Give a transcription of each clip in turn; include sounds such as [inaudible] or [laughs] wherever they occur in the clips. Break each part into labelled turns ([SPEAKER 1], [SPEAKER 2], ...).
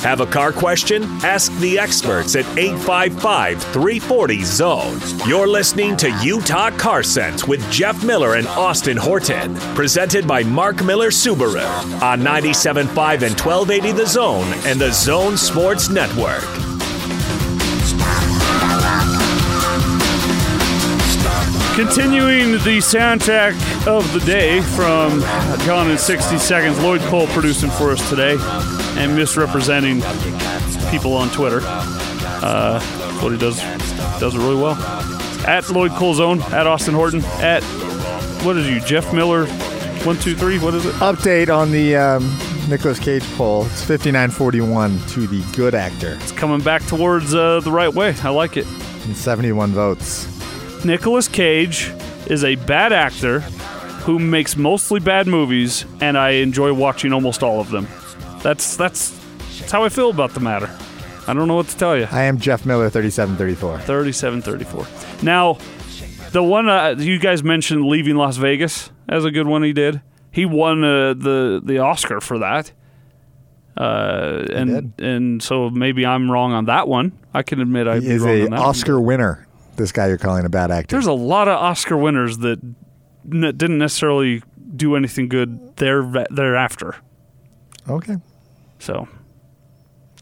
[SPEAKER 1] Have a car question? Ask the experts at 855 340 Zone. You're listening to Utah Car Sense with Jeff Miller and Austin Horton, presented by Mark Miller Subaru on 97.5 and 1280 The Zone and the Zone Sports Network.
[SPEAKER 2] Continuing the soundtrack of the day from Gone in 60 Seconds, Lloyd Cole producing for us today and misrepresenting people on Twitter. Uh, that's what he does does it really well. At Lloyd Cole's own, at Austin Horton, at what is you, Jeff Miller, one two three. What is it?
[SPEAKER 3] Update on the um, Nicolas Cage poll. It's 59-41 to the good actor
[SPEAKER 2] It's coming back towards uh, the right way. I like it.
[SPEAKER 3] and 71 votes.
[SPEAKER 2] Nicolas Cage is a bad actor who makes mostly bad movies, and I enjoy watching almost all of them. That's that's, that's how I feel about the matter. I don't know what to tell you.
[SPEAKER 3] I am Jeff Miller, 37-34.
[SPEAKER 2] 37 34. Now, the one uh, you guys mentioned, Leaving Las Vegas, as a good one he did. He won uh, the the Oscar for that. Uh, and and so maybe I'm wrong on that one. I can admit I'd
[SPEAKER 3] He
[SPEAKER 2] be
[SPEAKER 3] is
[SPEAKER 2] wrong on
[SPEAKER 3] a
[SPEAKER 2] that one.
[SPEAKER 3] Oscar winner. This guy you're calling a bad actor.
[SPEAKER 2] There's a lot of Oscar winners that n- didn't necessarily do anything good there thereafter.
[SPEAKER 3] Okay.
[SPEAKER 2] So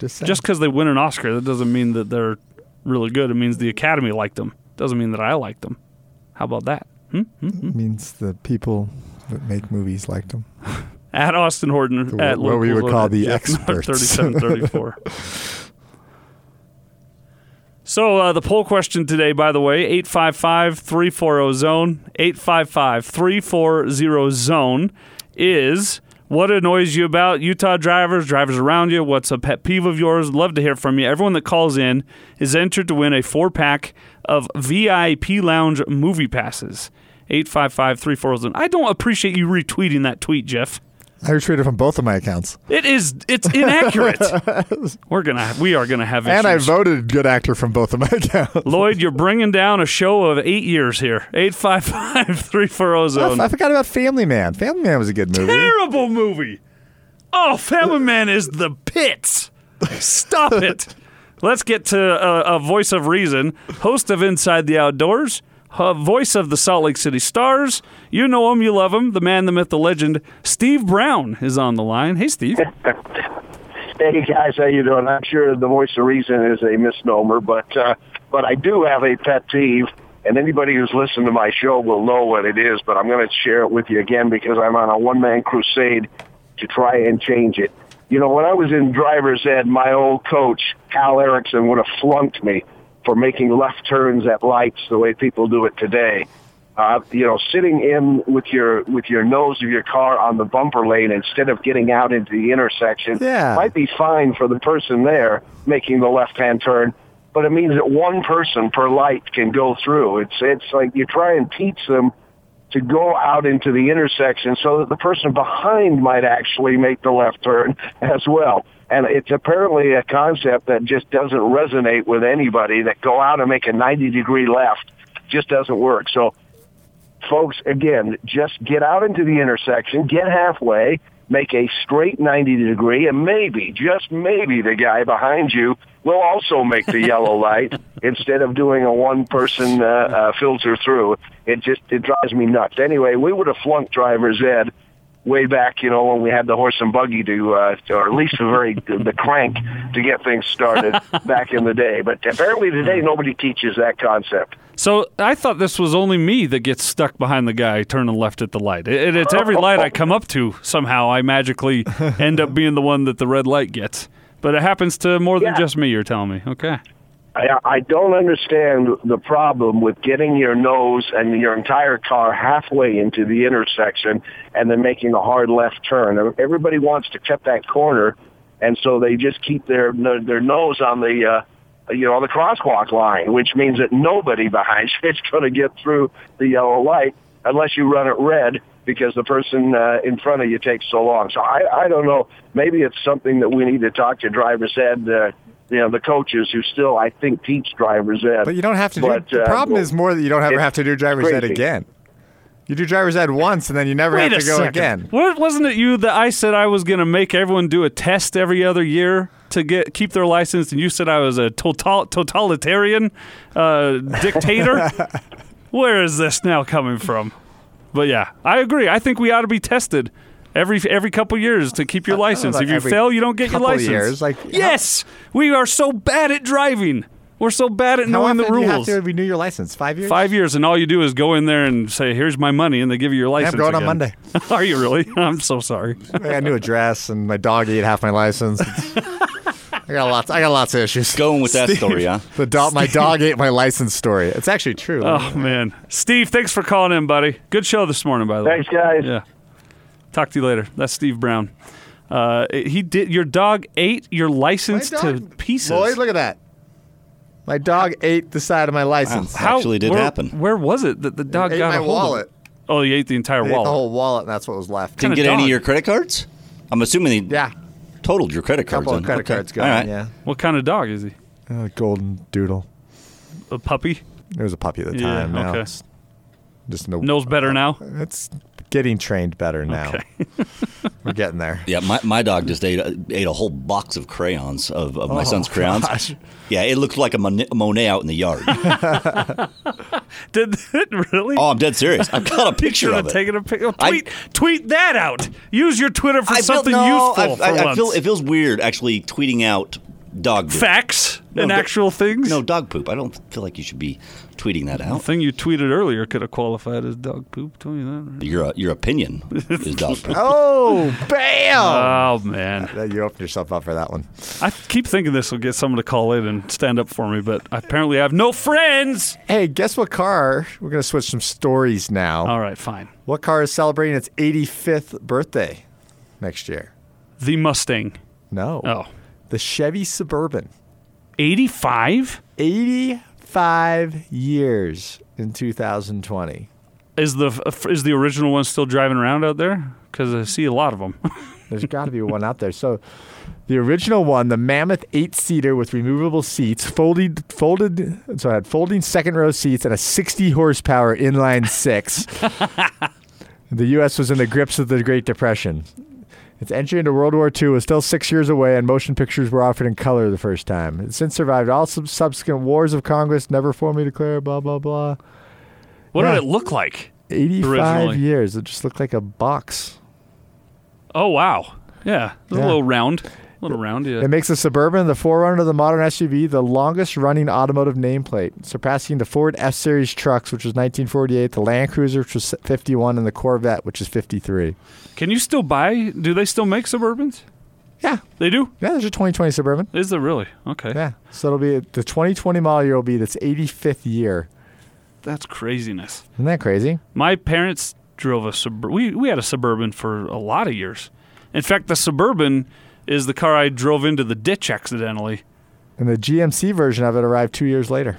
[SPEAKER 3] Just, saying.
[SPEAKER 2] just because they win an Oscar, that doesn't mean that they're really good. It means the Academy liked them. Doesn't mean that I liked them. How about that? Hmm?
[SPEAKER 3] means the people that make movies liked him.
[SPEAKER 2] At Austin Horton,
[SPEAKER 3] The-
[SPEAKER 2] at
[SPEAKER 3] what
[SPEAKER 2] Locals
[SPEAKER 3] we would
[SPEAKER 2] Local
[SPEAKER 3] call
[SPEAKER 2] at [laughs]
[SPEAKER 3] the
[SPEAKER 2] Jeff Miller
[SPEAKER 3] experts. [laughs]
[SPEAKER 2] 3734. so uh, the poll question today, by the way, oh, 855-340-ZONE, 855-340-ZONE is what annoys you about Utah drivers, drivers around you, what's a pet peeve of yours? Love to hear from you. Everyone that calls in is entered to win a four-pack of VIP Lounge movie passes. 855-340-ZONE. oh, I don't appreciate you retweeting that tweet, Jeff.
[SPEAKER 3] I retreated from both of my accounts.
[SPEAKER 2] It is. It's
[SPEAKER 3] [laughs]
[SPEAKER 2] inaccurate. We're gonna. We are gonna have issues.
[SPEAKER 3] And I voted good actor from both of my [laughs] accounts.
[SPEAKER 2] Lloyd, you're bringing down a show of eight years here. Eight five five three four zero
[SPEAKER 3] I f- I
[SPEAKER 2] zone.
[SPEAKER 3] forgot about Family Man. Family Man was a good movie.
[SPEAKER 2] Terrible movie. Oh, Family Man is the pits.
[SPEAKER 3] [laughs]
[SPEAKER 2] Stop it. Let's get to a, a voice of reason, host of Inside the Outdoors, a voice of the Salt Lake City Stars. You know him, you love him, the man, the myth, the legend. Steve Brown is on the line. Hey, Steve.
[SPEAKER 4] Hey guys, how you doing? I'm sure the voice of reason is a misnomer, but uh, but I do have a pet peeve, and anybody who's listened to my show will know what it is. But I'm going to share it with you again because I'm on a one man crusade to try and change it. You know, when I was in driver's ed, my old coach Hal Erickson would have flunked me for making left turns at lights the way people do it today uh, you know, sitting in with your with your nose of your car on the bumper lane instead of getting out into the intersection
[SPEAKER 3] Yeah.
[SPEAKER 4] might be fine for the person there making the left hand turn, but it means that one person per light can go through. It's it's like you try and teach them to go out into the intersection so that the person behind might actually make the left turn [laughs] as well. And it's apparently a concept that just doesn't resonate with anybody that go out and make a 90 degree left just doesn't work. So folks, again, just get out into the intersection, get halfway, make a straight 90 degree, and maybe, just maybe, the guy behind you will also make the yellow light instead of doing a one-person uh, uh, filter through. It just it drives me nuts. Anyway, we would have flunked driver's ed way back, you know, when we had the horse and buggy to, uh, to or at least the very the crank to get things started back in the day. But apparently today, nobody teaches that concept.
[SPEAKER 2] So I thought this was only me that gets stuck behind the guy turning left at the light. It, it- it's every light I come up to. Somehow I magically end up being the one that the red light gets. But it happens to more than
[SPEAKER 4] Yeah.
[SPEAKER 2] just me. You're telling me, okay?
[SPEAKER 4] I, I don't understand the problem with getting your nose and your entire car halfway into the intersection and then making a hard left turn. Everybody wants to cut that corner, and so they just keep their their nose on the uh, you know the crosswalk line, which means that nobody [laughs] behind you is going to get through the yellow light unless you run it red because the person uh, in front of you takes so long. So I, I don't know. Maybe it's something that we need to talk to driver's ed, uh, you know, the coaches who still, I think, teach driver's ed.
[SPEAKER 3] But you don't have to do
[SPEAKER 4] But,
[SPEAKER 3] The
[SPEAKER 4] uh,
[SPEAKER 3] problem is more that you don't ever
[SPEAKER 4] it's
[SPEAKER 3] have to do driver's ed
[SPEAKER 4] crazy.
[SPEAKER 3] again. You do driver's ed once, and then you never
[SPEAKER 2] Wait
[SPEAKER 3] have
[SPEAKER 2] a
[SPEAKER 3] to go
[SPEAKER 2] second.
[SPEAKER 3] again.
[SPEAKER 2] What, wasn't it you that I said I was going to make everyone do a test every other year to get keep their license, and you said I was a total, totalitarian uh,
[SPEAKER 3] [laughs]
[SPEAKER 2] dictator? Where is this now coming from? But yeah, I agree. I think we ought to be tested every every couple years to keep your license.
[SPEAKER 3] about
[SPEAKER 2] If you
[SPEAKER 3] every
[SPEAKER 2] fail, you don't get your
[SPEAKER 3] couple
[SPEAKER 2] license.
[SPEAKER 3] years, like, how-
[SPEAKER 2] yes, we are so bad at driving. We're so bad at
[SPEAKER 3] How
[SPEAKER 2] knowing
[SPEAKER 3] often
[SPEAKER 2] the
[SPEAKER 3] do you
[SPEAKER 2] rules.
[SPEAKER 3] have to renew your license? Five years.
[SPEAKER 2] Five years, and all you do is go in there and say, "Here's my money," and they give you your
[SPEAKER 3] Yeah,
[SPEAKER 2] license.
[SPEAKER 3] I'm going on
[SPEAKER 2] again.
[SPEAKER 3] Monday.
[SPEAKER 2] [laughs] Are you really? I'm so sorry.
[SPEAKER 3] I got a new address, and my dog ate half my license.
[SPEAKER 2] [laughs]
[SPEAKER 3] It's- I got lots. I got lots of issues.
[SPEAKER 5] Going with that story, huh?
[SPEAKER 3] The dog, my dog ate my license story. It's actually true.
[SPEAKER 2] Oh man, Steve, thanks for calling in, buddy. Good show this morning, by the
[SPEAKER 4] Thanks,
[SPEAKER 2] way.
[SPEAKER 4] guys.
[SPEAKER 2] Yeah. Talk to you later. That's Steve Brown. Uh, he did. Your dog ate your license
[SPEAKER 3] My
[SPEAKER 2] to
[SPEAKER 3] dog-
[SPEAKER 2] pieces.
[SPEAKER 3] Lloyd, look at that. My dog ate the side of my license.
[SPEAKER 5] Wow. Actually did
[SPEAKER 2] where,
[SPEAKER 5] happen.
[SPEAKER 2] Where was it that the dog
[SPEAKER 3] ate
[SPEAKER 2] got
[SPEAKER 3] my
[SPEAKER 2] a hold
[SPEAKER 3] wallet.
[SPEAKER 2] Of it? Oh, he ate the entire
[SPEAKER 3] They ate
[SPEAKER 2] wallet.
[SPEAKER 3] the whole wallet, and that's what was left.
[SPEAKER 2] Kinda
[SPEAKER 5] Didn't get any
[SPEAKER 2] dog.
[SPEAKER 5] of your credit cards? I'm assuming they
[SPEAKER 3] yeah,
[SPEAKER 5] totaled your credit cards.
[SPEAKER 3] couple of
[SPEAKER 5] then.
[SPEAKER 3] credit
[SPEAKER 5] Okay.
[SPEAKER 3] cards gone.
[SPEAKER 5] All right.
[SPEAKER 3] Yeah,
[SPEAKER 2] what kind of dog is he?
[SPEAKER 3] Uh, golden doodle.
[SPEAKER 2] A puppy?
[SPEAKER 3] It was a puppy at the
[SPEAKER 2] Yeah,
[SPEAKER 3] time. Now
[SPEAKER 2] okay.
[SPEAKER 3] it's just no.
[SPEAKER 2] Knows better
[SPEAKER 3] [laughs]
[SPEAKER 2] now.
[SPEAKER 3] It's getting trained better now. [laughs]
[SPEAKER 2] [laughs]
[SPEAKER 3] We're getting there.
[SPEAKER 5] Yeah, my, my dog just ate a, ate a whole box of crayons of, of my
[SPEAKER 2] Oh,
[SPEAKER 5] son's crayons.
[SPEAKER 3] gosh.
[SPEAKER 5] Yeah, it looked like a Mon- Monet out in
[SPEAKER 2] [laughs]
[SPEAKER 5] the yard.
[SPEAKER 2] Did [laughs] it really?
[SPEAKER 5] oh, I'm dead serious. I've got a picture
[SPEAKER 2] Should
[SPEAKER 5] of
[SPEAKER 2] have
[SPEAKER 5] it.
[SPEAKER 2] taken a picture.
[SPEAKER 5] I-
[SPEAKER 2] Tweet, tweet that out. Use your Twitter for
[SPEAKER 5] I feel-
[SPEAKER 2] something
[SPEAKER 5] no,
[SPEAKER 2] useful.
[SPEAKER 5] I, I-
[SPEAKER 2] for
[SPEAKER 5] I
[SPEAKER 2] once.
[SPEAKER 5] feel it feels weird actually tweeting out dog poop.
[SPEAKER 2] facts and
[SPEAKER 5] No, but-
[SPEAKER 2] actual things.
[SPEAKER 5] No dog poop. I don't feel like you should be tweeting that
[SPEAKER 2] The
[SPEAKER 5] out.
[SPEAKER 2] thing you tweeted earlier could have qualified as dog poop. Tell you that.
[SPEAKER 5] Your uh, your opinion is
[SPEAKER 2] [laughs]
[SPEAKER 5] dog poop.
[SPEAKER 3] Oh, bam!
[SPEAKER 2] Oh man,
[SPEAKER 3] That- you opened yourself up for that one.
[SPEAKER 2] I keep thinking this will get someone to call in and stand up for me, but apparently I have no friends.
[SPEAKER 3] Hey, guess what car? We're gonna switch some stories now.
[SPEAKER 2] All right, fine.
[SPEAKER 3] What car is celebrating its 85th birthday next year?
[SPEAKER 2] The Mustang.
[SPEAKER 3] No.
[SPEAKER 2] Oh.
[SPEAKER 3] The Chevy Suburban.
[SPEAKER 2] 85
[SPEAKER 3] 85 years in 2020.
[SPEAKER 2] is the uh, is the original one still driving around out there? Because I see a lot of them.
[SPEAKER 3] There's got to be one out there. So, the original one, the Mammoth eight-seater with removable seats, folded, folded. So I had folding second-row seats and a 60 horsepower inline six. [laughs] the U.S. was in the grips of the Great Depression. Its entry into World War II was still six years away, and motion pictures were offered in color the first time. It since survived all sub- subsequent wars of Congress, never formally declared, blah blah blah.
[SPEAKER 2] [laughs] What
[SPEAKER 3] Yeah.
[SPEAKER 2] did it look like?
[SPEAKER 3] 85
[SPEAKER 2] Originally.
[SPEAKER 3] years. It just looked like a box.
[SPEAKER 2] Oh wow. Yeah, it was
[SPEAKER 3] Yeah.
[SPEAKER 2] a little round. A little round. Yeah.
[SPEAKER 3] It makes the Suburban, the forerunner of the modern SUV, the longest running automotive nameplate, surpassing the Ford F Series trucks, which was 1948, the Land Cruiser, which was 51, and the Corvette, which is 53.
[SPEAKER 2] Can you still buy? Do they still make Suburbans?
[SPEAKER 3] Yeah.
[SPEAKER 2] They do.
[SPEAKER 3] Yeah, there's a 2020 Suburban.
[SPEAKER 2] Is there really? Okay.
[SPEAKER 3] Yeah. So it'll be the 2020 model year will be its 85th year.
[SPEAKER 2] That's craziness.
[SPEAKER 3] Isn't that crazy?
[SPEAKER 2] My parents drove a sub. We we had a suburban for a lot of years. In fact, the suburban is the car I drove into the ditch accidentally,
[SPEAKER 3] And the GMC version of it arrived two years later,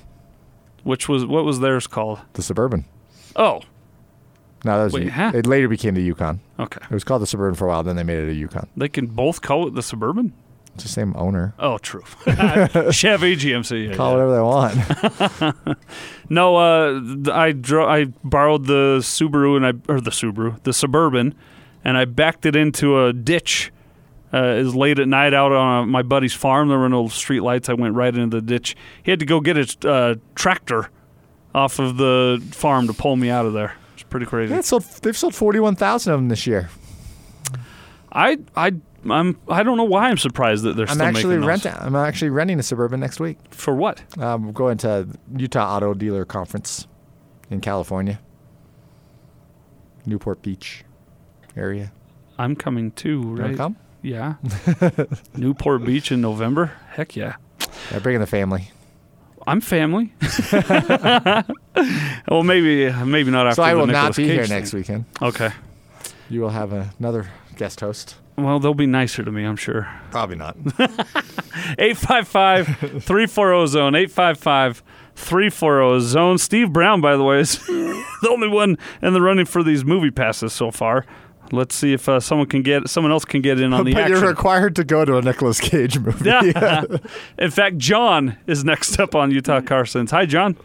[SPEAKER 2] which was what was theirs called?
[SPEAKER 3] the Suburban.
[SPEAKER 2] Oh,
[SPEAKER 3] No, that was
[SPEAKER 2] Wait, huh?
[SPEAKER 3] it later became the Yukon.
[SPEAKER 2] okay.
[SPEAKER 3] It was called the Suburban for a while, then they made it a Yukon.
[SPEAKER 2] They can both call it the suburban.
[SPEAKER 3] It's the same owner.
[SPEAKER 2] Oh, true. [laughs] Chevy GMC. yeah,
[SPEAKER 3] Call it
[SPEAKER 2] yeah.
[SPEAKER 3] whatever they want. [laughs]
[SPEAKER 2] No, uh, th- I dro- I borrowed the Subaru and I or the Subaru, the Suburban, and I backed it into a ditch. Uh, it was late at night out on uh my buddy's farm. There were no street lights. I went right into the ditch. He had to go get his uh, tractor off of the farm to pull me out of there. It's pretty crazy.
[SPEAKER 3] Yeah, it sold, they've sold 41,000 of them this year.
[SPEAKER 2] I I I'm I don't know why I'm surprised that they're
[SPEAKER 3] I'm
[SPEAKER 2] still
[SPEAKER 3] actually
[SPEAKER 2] making those.
[SPEAKER 3] renting. I'm actually renting a suburban next week.
[SPEAKER 2] for what?
[SPEAKER 3] I'm going to Utah Auto Dealer Conference in California, Newport Beach area.
[SPEAKER 2] I'm coming too.
[SPEAKER 3] You wanna
[SPEAKER 2] Right?
[SPEAKER 3] come? [laughs]
[SPEAKER 2] Yeah. Newport Beach in November. Heck yeah.
[SPEAKER 3] Yeah, bringing the family.
[SPEAKER 2] I'm family. [laughs] well, maybe maybe not after.
[SPEAKER 3] so I
[SPEAKER 2] the
[SPEAKER 3] will not
[SPEAKER 2] Nicolas
[SPEAKER 3] be
[SPEAKER 2] Cage
[SPEAKER 3] here
[SPEAKER 2] thing.
[SPEAKER 3] next weekend.
[SPEAKER 2] Okay.
[SPEAKER 3] You will have another guest host.
[SPEAKER 2] Well, they'll be nicer to me, I'm sure. [laughs]
[SPEAKER 3] Probably not. [laughs]
[SPEAKER 2] 855 340 oh, zone. 855 340 oh, zone. Steve Brown, by the way, is [laughs] the only one in the running for these movie passes so far. Let's see if uh, someone can get someone else can get in on
[SPEAKER 3] [laughs] but
[SPEAKER 2] the action.
[SPEAKER 3] you're required to go to a
[SPEAKER 2] [laughs]
[SPEAKER 3] Nicolas Cage movie.
[SPEAKER 2] yeah. in fact, John is next up on Utah Carson's. Hi, John.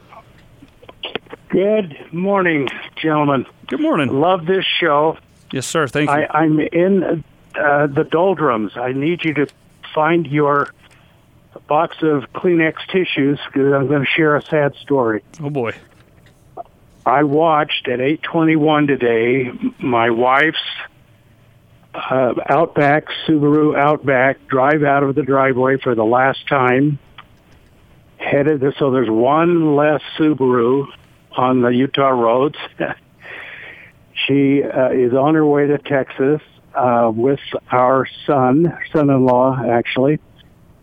[SPEAKER 6] Good morning, gentlemen.
[SPEAKER 2] Good morning.
[SPEAKER 6] Love this show.
[SPEAKER 2] Yes, sir. Thank you.
[SPEAKER 6] I, I'm in uh, the doldrums. I need you to find your box of Kleenex tissues because I'm going to share a sad story.
[SPEAKER 2] oh boy.
[SPEAKER 6] I watched at 8:21 today my wife's uh, Outback Subaru Outback drive out of the driveway for the last time. Headed so there's one less Subaru on the Utah roads. [laughs] she uh, is on her way to Texas uh, with our son, son-in-law actually,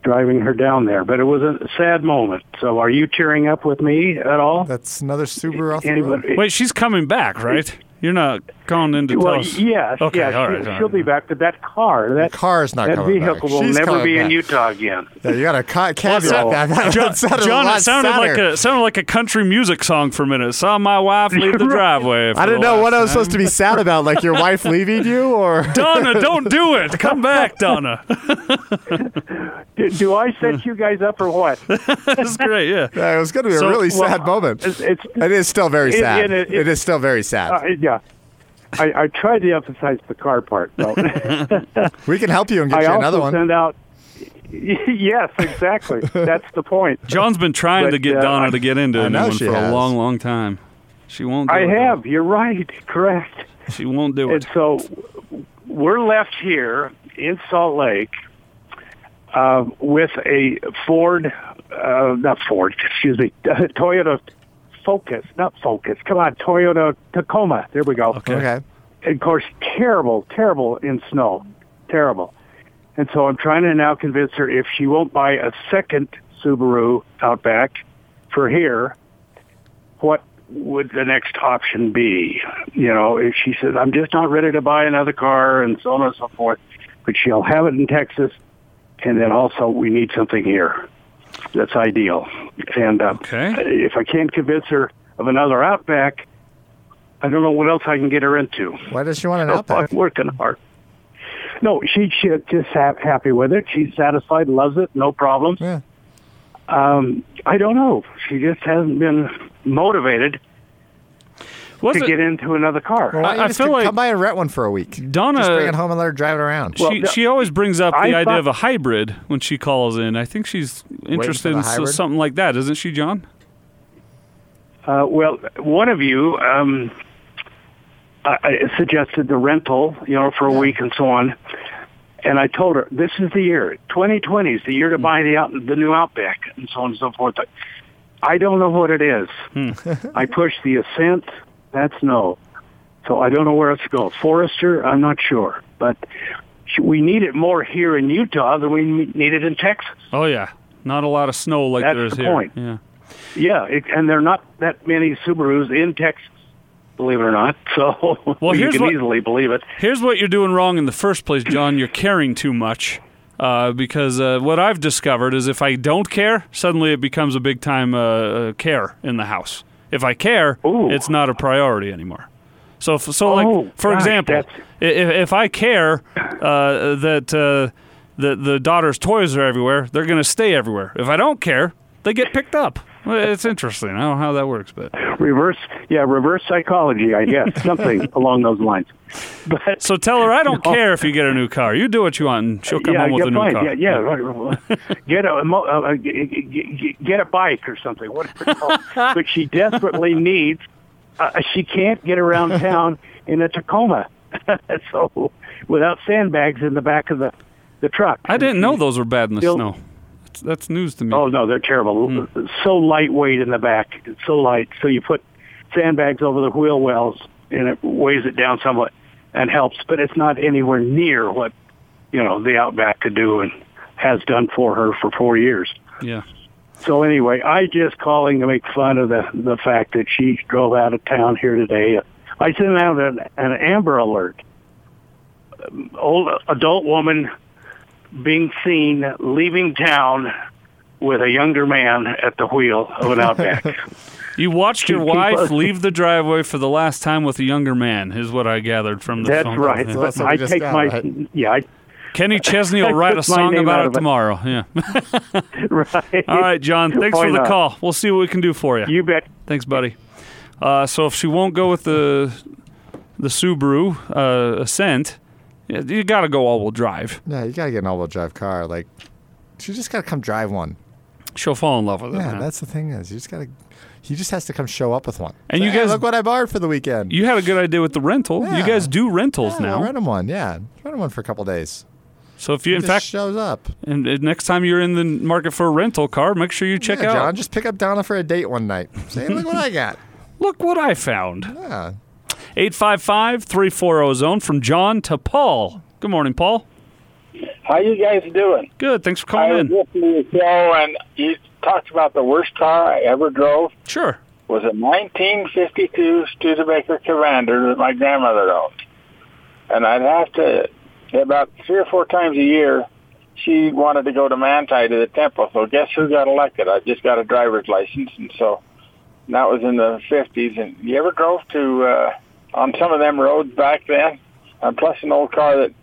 [SPEAKER 6] driving her down there. But it was a sad moment. So are you tearing up with me at all?
[SPEAKER 3] That's another Subaru off the road.
[SPEAKER 6] Anybody?
[SPEAKER 2] Wait, she's coming back, right? You're not going into
[SPEAKER 6] Well,
[SPEAKER 2] tell us-
[SPEAKER 6] yes,
[SPEAKER 2] Okay,
[SPEAKER 6] yes.
[SPEAKER 2] all
[SPEAKER 6] she-
[SPEAKER 2] right, all
[SPEAKER 6] she'll
[SPEAKER 2] right.
[SPEAKER 6] be back, but that car, that
[SPEAKER 3] car's not
[SPEAKER 6] that
[SPEAKER 3] coming back.
[SPEAKER 6] vehicle will
[SPEAKER 3] She's
[SPEAKER 6] never
[SPEAKER 3] coming
[SPEAKER 6] be in
[SPEAKER 3] back.
[SPEAKER 6] Utah again.
[SPEAKER 3] Yeah, you got a ca- caveat
[SPEAKER 6] So,
[SPEAKER 3] that. [laughs] that
[SPEAKER 2] John,
[SPEAKER 3] sounded a
[SPEAKER 2] John,
[SPEAKER 3] lot
[SPEAKER 2] it sounded
[SPEAKER 3] sadder.
[SPEAKER 2] like a it sounded like a country music song for a minute. Saw my wife leave the
[SPEAKER 6] [laughs]
[SPEAKER 2] driveway.
[SPEAKER 3] I didn't know what I was supposed to be sad about, like your wife leaving you, or
[SPEAKER 2] Donna, [laughs] don't do it. Come back, Donna. [laughs]
[SPEAKER 6] Do, do I set you guys up
[SPEAKER 2] [laughs]
[SPEAKER 6] or what?
[SPEAKER 2] That's great. Yeah.
[SPEAKER 3] Yeah, it was going to be a
[SPEAKER 2] So,
[SPEAKER 3] really
[SPEAKER 6] well,
[SPEAKER 3] sad moment.
[SPEAKER 6] It's, it's
[SPEAKER 3] It is still very
[SPEAKER 6] it-
[SPEAKER 3] sad.
[SPEAKER 6] it- it-
[SPEAKER 3] it is still very sad.
[SPEAKER 6] uh, yeah. I, I tried to emphasize the car part.
[SPEAKER 3] [laughs]
[SPEAKER 6] Though.
[SPEAKER 3] we can help you and get
[SPEAKER 6] I
[SPEAKER 3] you
[SPEAKER 6] also
[SPEAKER 3] another one.
[SPEAKER 6] send out. [laughs] Yes,
[SPEAKER 3] [laughs]
[SPEAKER 6] exactly. That's the point.
[SPEAKER 2] John's been trying to
[SPEAKER 6] But,
[SPEAKER 2] get
[SPEAKER 6] uh,
[SPEAKER 2] Donna to get into
[SPEAKER 3] I
[SPEAKER 2] a new
[SPEAKER 3] know
[SPEAKER 2] one
[SPEAKER 3] she
[SPEAKER 2] for a
[SPEAKER 3] has.
[SPEAKER 2] long, long time. She won't. Do
[SPEAKER 6] I
[SPEAKER 2] it.
[SPEAKER 6] have. You're right. Correct.
[SPEAKER 2] She won't do
[SPEAKER 6] And
[SPEAKER 2] it.
[SPEAKER 6] so we're left here in Salt Lake uh, with a Ford, uh, not Ford, excuse me, [laughs] Toyota Focus, not Focus. Come on, Toyota Tacoma. There we go.
[SPEAKER 3] Okay.
[SPEAKER 6] And of course, terrible, terrible in snow, terrible. And so I'm trying to now convince her if she won't buy a second Subaru Outback for here, what would the next option be? You know, if she says, I'm just not ready to buy another car and so on and so forth, but she'll have it in Texas. And then also we need something here. That's ideal. And uh,
[SPEAKER 2] Okay.
[SPEAKER 6] if I can't convince her of another Outback, I don't know what else I can get her into.
[SPEAKER 3] Why does she want an
[SPEAKER 6] Oh,
[SPEAKER 3] outback?
[SPEAKER 6] I'm working hard. No, she, she just ha- happy with it. She's satisfied, loves it, no problems.
[SPEAKER 3] Yeah.
[SPEAKER 6] Um, I don't know. She just hasn't been motivated
[SPEAKER 2] What's
[SPEAKER 6] to
[SPEAKER 2] it?
[SPEAKER 6] get into another car.
[SPEAKER 3] Well, why don't
[SPEAKER 2] I-
[SPEAKER 3] you
[SPEAKER 2] I
[SPEAKER 3] just
[SPEAKER 2] feel like
[SPEAKER 3] come by and rent one for a week.
[SPEAKER 2] Donna-
[SPEAKER 3] just bring it home and let her drive it around.
[SPEAKER 2] she, she always brings up the
[SPEAKER 6] I
[SPEAKER 2] idea
[SPEAKER 6] thought-
[SPEAKER 2] of a hybrid when she calls in. I think she's interested
[SPEAKER 3] the
[SPEAKER 2] in so-
[SPEAKER 3] hybrid?
[SPEAKER 2] something like that, isn't she, John?
[SPEAKER 6] Uh, well, one of you um, I- I suggested the rental, you know, for a week and so on. And I told her, this is the year. 2020 is the year to buy the, out, the new Outback and so on and so forth. I don't know what it is. [laughs] I pushed the Ascent. That's no. So I don't know where it's going. Forester, I'm not sure. But we need it more here in Utah than we need it in Texas.
[SPEAKER 2] Oh yeah. Not a lot of snow like
[SPEAKER 6] That's
[SPEAKER 2] there is
[SPEAKER 6] the
[SPEAKER 2] here.
[SPEAKER 6] point.
[SPEAKER 2] Yeah.
[SPEAKER 6] Yeah, it, and there are not that many Subarus in Texas, believe it or not. So [laughs]
[SPEAKER 2] Well,
[SPEAKER 6] you
[SPEAKER 2] here's
[SPEAKER 6] can
[SPEAKER 2] what-
[SPEAKER 6] easily believe it.
[SPEAKER 2] Here's what you're doing wrong in the first place, John. You're caring too much. Uh, because uh, what I've discovered is if I don't care, suddenly it becomes a big time uh, uh, care in the house. If I care,
[SPEAKER 6] Ooh.
[SPEAKER 2] it's not a priority anymore. So, if, so
[SPEAKER 6] Oh,
[SPEAKER 2] like for
[SPEAKER 6] gosh,
[SPEAKER 2] example, i-
[SPEAKER 6] that's-
[SPEAKER 2] if, if I care uh, that uh, the the daughter's toys are everywhere, they're going to stay everywhere. If I don't care, they get picked up. Well, It's interesting. I don't know how that works, but
[SPEAKER 6] Reverse, yeah, reverse psychology, I
[SPEAKER 2] [laughs]
[SPEAKER 6] guess, something along those lines. But
[SPEAKER 2] so tell her I
[SPEAKER 6] [laughs]
[SPEAKER 2] don't care if you get a new car. You do what you want, and she'll come
[SPEAKER 6] yeah,
[SPEAKER 2] home with
[SPEAKER 6] yeah,
[SPEAKER 2] a new
[SPEAKER 6] fine.
[SPEAKER 2] car.
[SPEAKER 6] yeah, yeah, right, right. get a mo- uh, uh, g- g- g- get a bike or something. What? but she desperately needs. Uh, she can't get around town in a Tacoma, [laughs] so without sandbags in the back of the the truck.
[SPEAKER 2] I didn't know those were bad in the
[SPEAKER 6] Still-
[SPEAKER 2] snow. That's, that's news to me.
[SPEAKER 6] Oh no, they're terrible. So lightweight in the back, It's so light. So you put sandbags over the wheel wells, and it weighs it down somewhat and helps. But it's not anywhere near what you know the Outback could do and has done for her for four years.
[SPEAKER 2] Yeah.
[SPEAKER 6] So anyway, I just calling to make fun of the the fact that she drove out of town here today. I sent out an, an Amber Alert. Um, Old adult woman being seen leaving town with a younger man at the wheel of an
[SPEAKER 3] [laughs]
[SPEAKER 6] Outback.
[SPEAKER 2] You watched your
[SPEAKER 6] Keep- keep
[SPEAKER 2] wife
[SPEAKER 6] us-
[SPEAKER 2] leave the driveway for the last time with a younger man, is what I gathered from the
[SPEAKER 6] That's
[SPEAKER 2] phone call.
[SPEAKER 6] right.
[SPEAKER 2] Yeah.
[SPEAKER 3] So that's what we
[SPEAKER 6] I
[SPEAKER 3] just
[SPEAKER 6] take
[SPEAKER 3] got,
[SPEAKER 6] my
[SPEAKER 3] right?
[SPEAKER 6] yeah. I,
[SPEAKER 2] Kenny Chesney
[SPEAKER 6] [laughs]
[SPEAKER 2] will write a
[SPEAKER 6] Took my
[SPEAKER 2] song
[SPEAKER 6] name
[SPEAKER 2] about
[SPEAKER 6] out
[SPEAKER 2] it
[SPEAKER 6] of it.
[SPEAKER 2] tomorrow.
[SPEAKER 6] [laughs]
[SPEAKER 2] Yeah. [laughs]
[SPEAKER 6] right.
[SPEAKER 2] All right, John. Thanks
[SPEAKER 6] Why
[SPEAKER 2] for the
[SPEAKER 6] not?
[SPEAKER 2] call. We'll see what we can do for you.
[SPEAKER 6] uh, You bet.
[SPEAKER 2] Thanks, buddy. Uh, so if she won't go with the the Subaru uh, Ascent, yeah, you got to go all-wheel drive.
[SPEAKER 3] No, you gotta get an all-wheel drive car. Like, you just gotta come drive one.
[SPEAKER 2] She'll fall in love with it.
[SPEAKER 3] Yeah,
[SPEAKER 2] man.
[SPEAKER 3] that's the thing is, you just gotta. He just has to come show up with one.
[SPEAKER 2] And you
[SPEAKER 3] Say, "Hey,
[SPEAKER 2] guys-
[SPEAKER 3] look what I borrowed for the weekend.
[SPEAKER 2] you had a good idea with the rental. You
[SPEAKER 3] Yeah.
[SPEAKER 2] guys do rentals
[SPEAKER 3] yeah,
[SPEAKER 2] now.
[SPEAKER 3] rent him one. Yeah, rent him one for a couple days.
[SPEAKER 2] So if you, in
[SPEAKER 3] just
[SPEAKER 2] fact,
[SPEAKER 3] shows up.
[SPEAKER 2] and and next time you're in the market for a rental car, make sure you check
[SPEAKER 3] yeah,
[SPEAKER 2] out.
[SPEAKER 3] John, just pick up Donna for a date one night. Say, "Hey, look what I got. [laughs]
[SPEAKER 2] Look what I found.
[SPEAKER 3] Yeah.
[SPEAKER 2] 855 340 zone from John to Paul. Good morning, Paul.
[SPEAKER 7] How you guys doing?
[SPEAKER 2] Good. Thanks for
[SPEAKER 7] I
[SPEAKER 2] calling
[SPEAKER 7] was
[SPEAKER 2] in.
[SPEAKER 7] listening to your show, and you talked about the worst car I ever drove
[SPEAKER 2] Sure.
[SPEAKER 7] was a 1952 Studebaker Commander that my grandmother owned, and I'd have to about three or four times a year. She wanted to go to Manti to the temple, so guess who got elected? I just got a driver's license, and so and that was in the 50s. And you ever drove to uh, on some of them roads back then? And plus, an old car that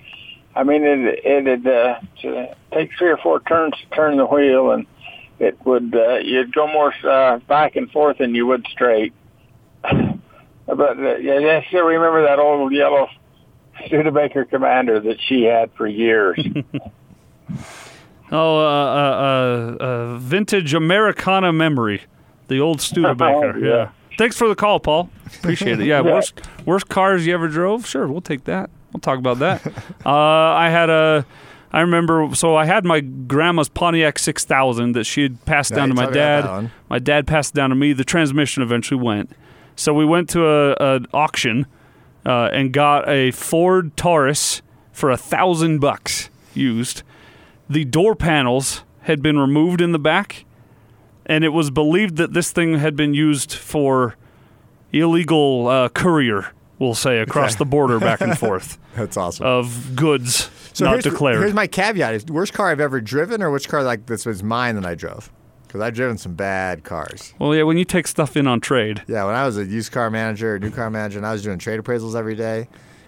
[SPEAKER 7] I mean, it it'd uh, to take three or four turns to turn the wheel, and it would uh, you'd go more uh, back and forth than you would straight. [sighs] but uh, yeah, yeah, I still remember that old yellow Studebaker Commander that she had for years.
[SPEAKER 2] Oh, uh, uh, uh, uh, vintage Americana memory, the old Studebaker.
[SPEAKER 7] Yeah.
[SPEAKER 2] yeah. Thanks for the call, Paul. Appreciate it. Yeah, worst worst cars you ever drove. Sure, we'll take that. We'll talk about that.
[SPEAKER 3] [laughs]
[SPEAKER 2] uh, I had a. I remember, so I had my grandma's Pontiac 6000 that she had passed
[SPEAKER 3] Yeah,
[SPEAKER 2] down to
[SPEAKER 3] you
[SPEAKER 2] my
[SPEAKER 3] told me about
[SPEAKER 2] dad.
[SPEAKER 3] that one.
[SPEAKER 2] My dad passed it down to me. The transmission eventually went. So we went to a, an auction uh, and got a Ford Taurus for a thousand bucks used. The door panels had been removed in the back, and it was believed that this thing had been used for illegal uh, courier, we'll say, across the border back
[SPEAKER 3] [laughs]
[SPEAKER 2] and forth
[SPEAKER 3] That's awesome.
[SPEAKER 2] of goods not
[SPEAKER 3] here's,
[SPEAKER 2] declared.
[SPEAKER 3] Here's my caveat: is worst car I've ever driven, or which car like this was mine that I drove? Because I've driven some bad cars.
[SPEAKER 2] well, yeah, when you take stuff in on trade,
[SPEAKER 3] Yeah, when I was a used car manager, new car manager, and I was doing trade appraisals every day,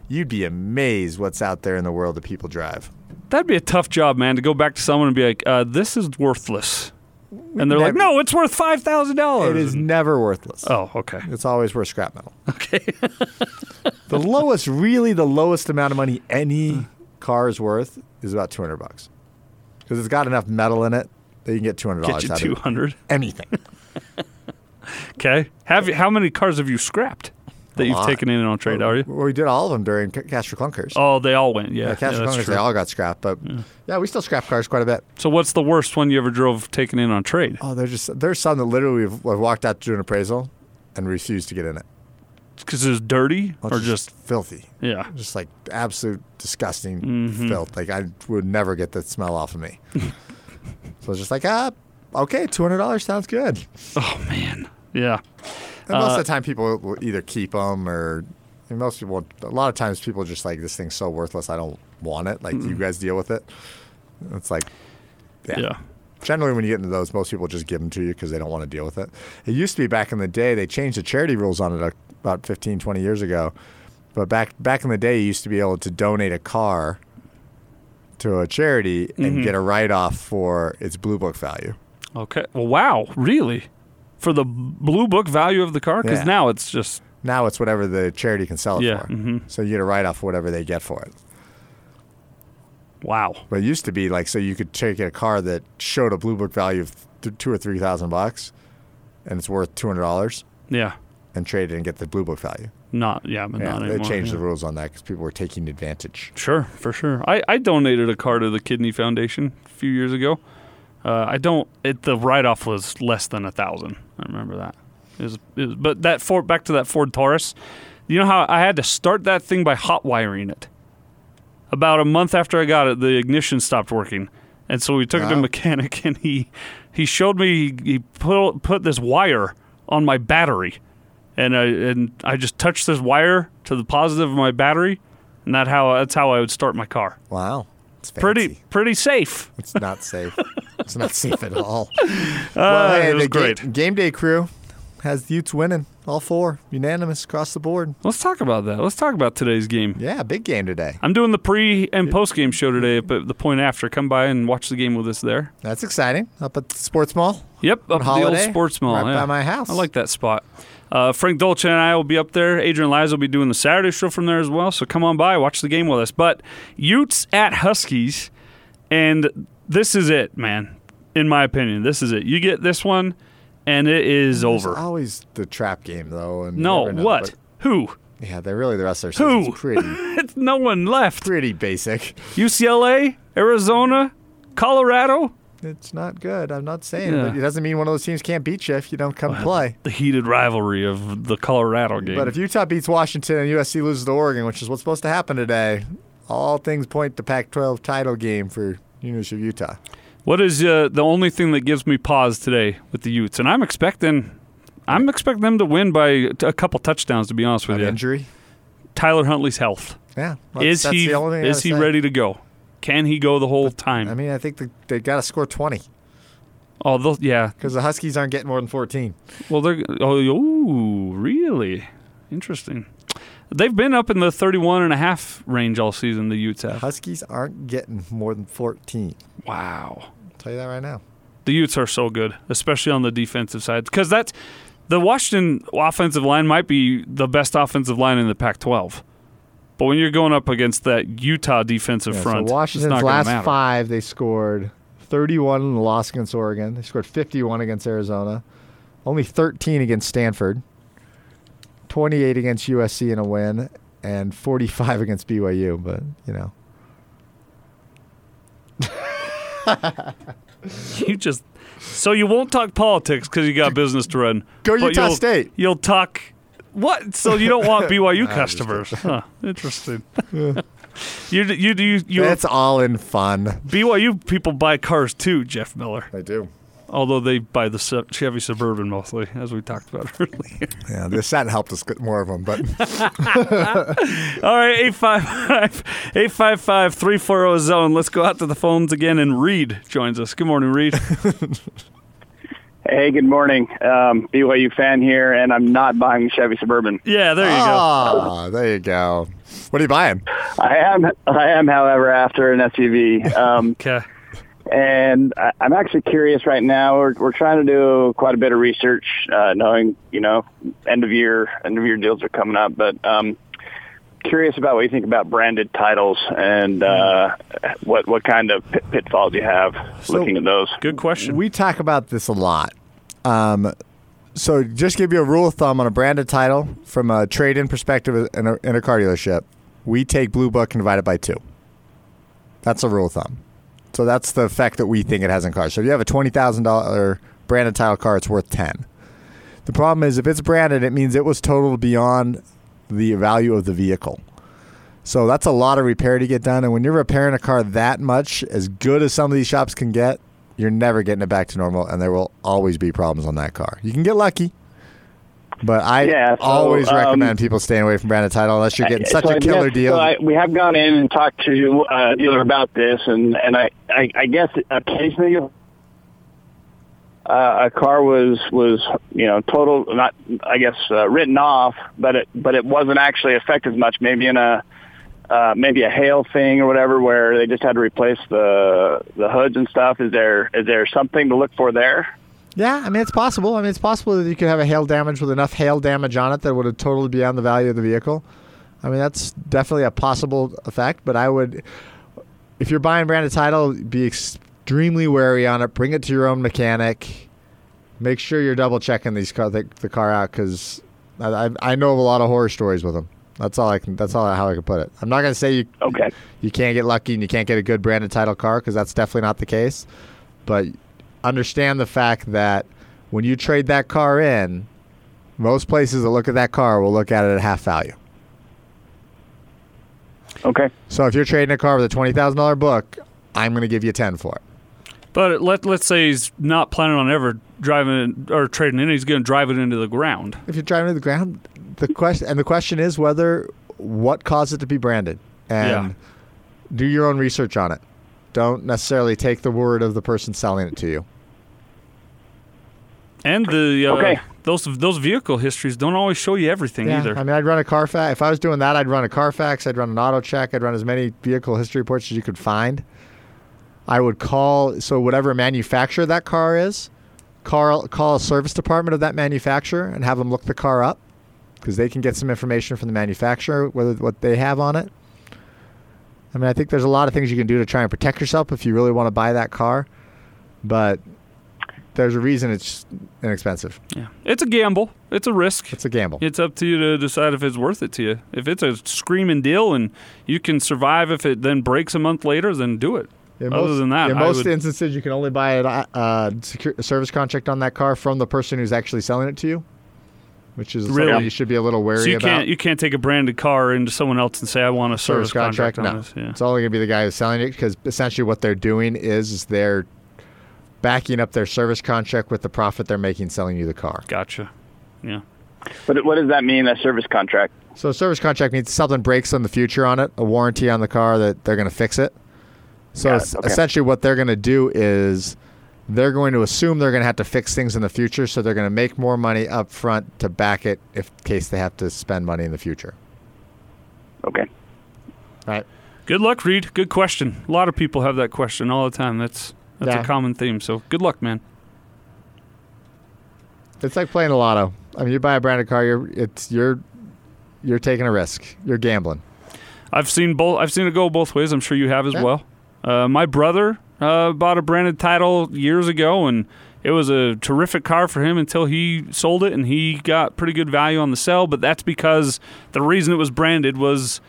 [SPEAKER 3] you'd be amazed what's out there in the world that people drive.
[SPEAKER 2] That'd be a tough job, man, to go back to someone and be like, uh, "This is worthless," and they're like,
[SPEAKER 3] never-
[SPEAKER 2] "No, it's worth five thousand dollars."
[SPEAKER 3] It is never worthless.
[SPEAKER 2] Oh, okay.
[SPEAKER 3] It's always worth scrap metal. Okay. [laughs] the lowest, really, the lowest amount of money
[SPEAKER 2] Uh.
[SPEAKER 3] any car is worth is about two hundred bucks, because it's got enough metal in it that you can get two hundred
[SPEAKER 2] Get
[SPEAKER 3] dollars
[SPEAKER 2] you
[SPEAKER 3] out
[SPEAKER 2] two
[SPEAKER 3] of it.
[SPEAKER 2] hundred.
[SPEAKER 3] anything.
[SPEAKER 2] Okay. Have you, how many cars have you scrapped that
[SPEAKER 3] A
[SPEAKER 2] you've
[SPEAKER 3] lot.
[SPEAKER 2] taken in on trade? Are you?
[SPEAKER 3] Well, we did all of them during C- Cash for Clunkers.
[SPEAKER 2] Oh, they all went. Yeah,
[SPEAKER 3] yeah, Cash
[SPEAKER 2] yeah,
[SPEAKER 3] for
[SPEAKER 2] that's
[SPEAKER 3] Clunkers,
[SPEAKER 2] true.
[SPEAKER 3] they all got scrapped, but yeah. we still scrap cars quite a bit.
[SPEAKER 2] so, what's the worst one you ever drove taken in on trade?
[SPEAKER 3] Oh, there's just there's some that literally we've, we've walked out to do an appraisal and refused to get in it,
[SPEAKER 2] Because it was dirty
[SPEAKER 3] Well,
[SPEAKER 2] or
[SPEAKER 3] it's
[SPEAKER 2] just
[SPEAKER 3] filthy,
[SPEAKER 2] yeah.
[SPEAKER 3] just like absolute disgusting
[SPEAKER 2] Mm-hmm.
[SPEAKER 3] filth. Like I would never get that smell off
[SPEAKER 2] [laughs]
[SPEAKER 3] of me. so it's just like ah, okay, two hundred dollars sounds good.
[SPEAKER 2] Oh man. Yeah.
[SPEAKER 3] And
[SPEAKER 2] Uh,
[SPEAKER 3] most of the time, people will either keep them or and most people. A lot of times, people are just like this thing's so worthless, I don't want it. Like you
[SPEAKER 2] Mm.
[SPEAKER 3] guys deal with it. It's like
[SPEAKER 2] Yeah.
[SPEAKER 3] Generally, when you get into those, most people just give them to you because they don't want to deal with it. It used to be back in the day, they changed the charity rules on it uh, about 15, 20 years ago. But back back in the day, you used to be able to donate a car to a charity and get a write off for its blue book value.
[SPEAKER 2] Okay. Well, wow. Really? For the blue book value of the car? Because
[SPEAKER 3] Yeah.
[SPEAKER 2] now it's just
[SPEAKER 3] Now it's whatever the charity can sell it
[SPEAKER 2] Yeah,
[SPEAKER 3] for. So you get a write off for whatever they get for it.
[SPEAKER 2] wow.
[SPEAKER 3] But it used to be like so you could take a car that showed a blue book value of th- two or three thousand bucks, and it's worth two hundred dollars,
[SPEAKER 2] Yeah.
[SPEAKER 3] and trade it and get the blue book value.
[SPEAKER 2] Not yeah, but
[SPEAKER 3] Yeah,
[SPEAKER 2] not
[SPEAKER 3] they
[SPEAKER 2] anymore.
[SPEAKER 3] changed
[SPEAKER 2] yeah.
[SPEAKER 3] the rules on that because people were taking advantage.
[SPEAKER 2] Sure, for sure. I, I donated a car to the Kidney Foundation a few years ago. Uh, I don't. It, the write off was less than a thousand. I remember that. It was, it was, but that Ford back to that Ford Taurus. You know how I had to start that thing by hot wiring it. About a month after I got it, the ignition stopped working, and so we took it to a
[SPEAKER 3] Wow.
[SPEAKER 2] mechanic, and he he showed me he, he put put this wire on my battery and I and I just touched this wire to the positive of my battery, and that how that's how I would start my car.
[SPEAKER 3] Wow, it's fancy.
[SPEAKER 2] Pretty pretty safe.
[SPEAKER 3] It's not safe. it's
[SPEAKER 2] [laughs]
[SPEAKER 3] not safe at all. well,
[SPEAKER 2] Ah, it was
[SPEAKER 3] the ga-
[SPEAKER 2] great.
[SPEAKER 3] game day crew has the Utes winning all four, unanimous across the board.
[SPEAKER 2] Let's talk about that. Let's talk about today's game.
[SPEAKER 3] Yeah, big game today.
[SPEAKER 2] I'm doing the pre and post game show today, but the point after. Come by and watch the game with us there.
[SPEAKER 3] That's exciting. Up at the sports mall.
[SPEAKER 2] Yep, up at the old
[SPEAKER 3] Holiday,
[SPEAKER 2] sports mall
[SPEAKER 3] right by
[SPEAKER 2] yeah.
[SPEAKER 3] my house.
[SPEAKER 2] I like that spot. Uh, Frank Dolce and I will be up there. Adrian Liza will be doing the Saturday show from there as well. So come on by, watch the game with us. But Utes at Huskies, and this is it, man. In my opinion, this is it. You get this one, and it is
[SPEAKER 3] It's
[SPEAKER 2] over.
[SPEAKER 3] always the trap game though. And you
[SPEAKER 2] No,
[SPEAKER 3] never know,
[SPEAKER 2] what? Who? [laughs]
[SPEAKER 3] but- yeah, they're really the rest of their season's
[SPEAKER 2] Who? [laughs]
[SPEAKER 3] pretty
[SPEAKER 2] It's no one left.
[SPEAKER 3] pretty basic.
[SPEAKER 2] UCLA, Arizona, Colorado.
[SPEAKER 3] It's not good. I'm not saying,
[SPEAKER 2] Yeah.
[SPEAKER 3] but it doesn't mean one of those teams can't beat you if you don't come play.
[SPEAKER 2] The heated rivalry of the Colorado game.
[SPEAKER 3] But if Utah beats Washington and USC loses to Oregon, which is what's supposed to happen today, all things point to Pac-12 title game for University of Utah.
[SPEAKER 2] What is uh, the only thing that gives me pause today with the Utes? And I'm expecting, I'm expecting them to win by t- a couple touchdowns. To be honest with
[SPEAKER 3] An
[SPEAKER 2] you,
[SPEAKER 3] injury.
[SPEAKER 2] Tyler Huntley's health
[SPEAKER 3] Yeah.
[SPEAKER 2] is he is he ready to go? Can he go the whole time?
[SPEAKER 3] I mean, I think the, they got to score 20
[SPEAKER 2] Although, yeah,
[SPEAKER 3] because the Huskies aren't getting more than 14.
[SPEAKER 2] well, they're oh, ooh, really interesting. They've been up in the 31 and a half range all season. The Utes have.
[SPEAKER 3] Huskies aren't getting more than 14.
[SPEAKER 2] Wow.
[SPEAKER 3] I'll tell you that right now.
[SPEAKER 2] the Utes are so good, especially on the defensive side, because that's the Washington offensive line might be the best offensive line in the Pac-12. But when you're going up against that Utah defensive
[SPEAKER 3] Yeah,
[SPEAKER 2] front,
[SPEAKER 3] so
[SPEAKER 2] it's not
[SPEAKER 3] Washington's
[SPEAKER 2] gonna
[SPEAKER 3] last
[SPEAKER 2] matter.
[SPEAKER 3] five, they scored 31 in the loss against Oregon. They scored 51 against Arizona. Only 13 against Stanford. 28 against USC in a win, and 45 [laughs] against BYU. But you know,
[SPEAKER 2] you just so you won't talk politics because you got business to run.
[SPEAKER 3] Go
[SPEAKER 2] but
[SPEAKER 3] Utah
[SPEAKER 2] you'll-
[SPEAKER 3] State.
[SPEAKER 2] You'll talk what? So you don't
[SPEAKER 3] [laughs]
[SPEAKER 2] want BYU customers? Huh, interesting. [laughs] you you do you, you
[SPEAKER 3] it's all in fun.
[SPEAKER 2] BYU people buy cars too, Jeff Miller.
[SPEAKER 3] I do.
[SPEAKER 2] Although they buy the Su- Chevy Suburban mostly, as we talked about [laughs] earlier.
[SPEAKER 3] Yeah, this that helped us get more of them, but
[SPEAKER 2] All right, 855 855 340 zone. Let's go out to the phones again, and Reed joins us. Good morning,
[SPEAKER 3] [laughs]
[SPEAKER 2] Reed.
[SPEAKER 8] Hey, good morning. Um, BYU fan here, and I'm not buying the Chevy Suburban.
[SPEAKER 2] yeah, there you
[SPEAKER 3] ah, there you go. What are you buying?
[SPEAKER 8] I am, I am, however, after an SUV, um,
[SPEAKER 2] go. Okay.
[SPEAKER 8] and I, I'm actually curious right now. We're, we're trying to do quite a bit of research, uh, knowing you know end of year end of year deals are coming up, but um, curious about what you think about branded titles and uh, what what kind of pit, pitfalls you have looking at those.
[SPEAKER 2] Good question.
[SPEAKER 3] We talk about this a lot. Um, so, just give you a rule of thumb on a branded title from a trade-in perspective in a, in a car dealership. We take Blue Book and divide it by two. That's a rule of thumb. So that's the effect that we think it has in cars. So if you have a twenty thousand dollar branded title car, it's worth ten. The problem is if it's branded, it means it was totaled beyond the value of the vehicle. So that's a lot of repair to get done. And when you're repairing a car that much, as good as some of these shops can get, you're never getting it back to normal, and there will always be problems on that car. You can get lucky, but I
[SPEAKER 8] Yeah, so,
[SPEAKER 3] always
[SPEAKER 8] um,
[SPEAKER 3] recommend people staying away from branded title unless you're getting such
[SPEAKER 8] So
[SPEAKER 3] a
[SPEAKER 8] I
[SPEAKER 3] killer
[SPEAKER 8] guess-
[SPEAKER 3] deal.
[SPEAKER 8] So I, we have gone in and talked to uh, a dealer about this, and and I I, I guess occasionally. Uh, a car was was you know total not I guess uh, written off, but it but it wasn't actually affected as much. Maybe in a uh, maybe a hail thing or whatever, where they just had to replace the the hoods and stuff. Is there is there something to look for there?
[SPEAKER 3] Yeah, I mean it's possible. I mean it's possible that you could have a hail damage with enough hail damage on it that would have totally beyond the value of the vehicle. I mean that's definitely a possible effect, but I would, if you're buying branded title, be extremely wary on it. Bring it to your own mechanic. Make sure you're double checking these car the, the car out because I, I I know of a lot of horror stories with them. That's all I can. That's all how I can put it. I'm not gonna say you
[SPEAKER 8] Okay.
[SPEAKER 3] you can't get lucky and you can't get a good branded title car because that's definitely not the case. But understand the fact that when you trade that car in, most places that look at that car will look at it at half value.
[SPEAKER 8] Okay.
[SPEAKER 3] So if you're trading a car with a twenty thousand dollar book, I'm going to give you ten for it.
[SPEAKER 2] But let, let's say he's not planning on ever driving it or trading it. He's going to drive it into the ground.
[SPEAKER 3] If you're driving to the ground, the question and the question is whether what caused it to be branded and
[SPEAKER 2] Yeah.
[SPEAKER 3] do your own research on it. Don't necessarily take the word of the person selling it to you.
[SPEAKER 2] And the uh,
[SPEAKER 8] Okay.
[SPEAKER 2] those those vehicle histories don't always show you everything
[SPEAKER 3] Yeah,
[SPEAKER 2] either.
[SPEAKER 3] I mean, I'd run a Carfax. If I was doing that, I'd run a Carfax. I'd run an auto check. I'd run as many vehicle history reports as you could find. I would call so whatever manufacturer that car is, Call call a service department of that manufacturer and have them look the car up because they can get some information from the manufacturer whether what they have on it. I mean, I think there's a lot of things you can do to try and protect yourself if you really want to buy that car, but there's a reason it's inexpensive.
[SPEAKER 2] Yeah. It's a gamble. It's a risk.
[SPEAKER 3] It's a gamble.
[SPEAKER 2] It's up to you to decide if it's worth it to you. If it's a screaming deal and you can survive if it then breaks a month later, then do it.
[SPEAKER 3] In
[SPEAKER 2] Other
[SPEAKER 3] most-
[SPEAKER 2] than that,
[SPEAKER 3] in
[SPEAKER 2] I
[SPEAKER 3] most
[SPEAKER 2] would-
[SPEAKER 3] instances, you can only buy a uh, secure, a service contract on that car from the person who's actually selling it to you, which is something
[SPEAKER 2] Really?
[SPEAKER 3] you should be a little wary
[SPEAKER 2] so you
[SPEAKER 3] about.
[SPEAKER 2] can't you can't take a branded car into someone else and say I want a service, contract, on
[SPEAKER 3] no,
[SPEAKER 2] this. Yeah.
[SPEAKER 3] it's only going to be the guy who's selling it because essentially what they're doing is, is they're backing up their service contract with the profit they're making selling you the car.
[SPEAKER 2] Gotcha. Yeah.
[SPEAKER 8] But what does that mean? A service contract?
[SPEAKER 3] So a service contract means something breaks in the future on it, a warranty on the car that they're going to fix it. So
[SPEAKER 8] Got it,
[SPEAKER 3] es-
[SPEAKER 8] okay.
[SPEAKER 3] essentially, what they're going to do is they're going to assume they're going to have to fix things in the future, so they're going to make more money up front to back it if in case they have to spend money in the future.
[SPEAKER 8] Okay.
[SPEAKER 3] Right?
[SPEAKER 2] Good luck, Reed. Good question. A lot of people have that question all the time. That's that's
[SPEAKER 3] Yeah.
[SPEAKER 2] a common theme. So good luck, man.
[SPEAKER 3] It's like playing the lotto. I mean, you buy a branded car, you're it's you're you're taking a risk. You're gambling.
[SPEAKER 2] I've seen both. I've seen it go both ways. I'm sure you have as
[SPEAKER 3] Yeah.
[SPEAKER 2] well. Uh, my brother uh, bought a branded title years ago, and it was a terrific car for him until he sold it, and he got pretty good value on the sale. But that's because the reason it was branded was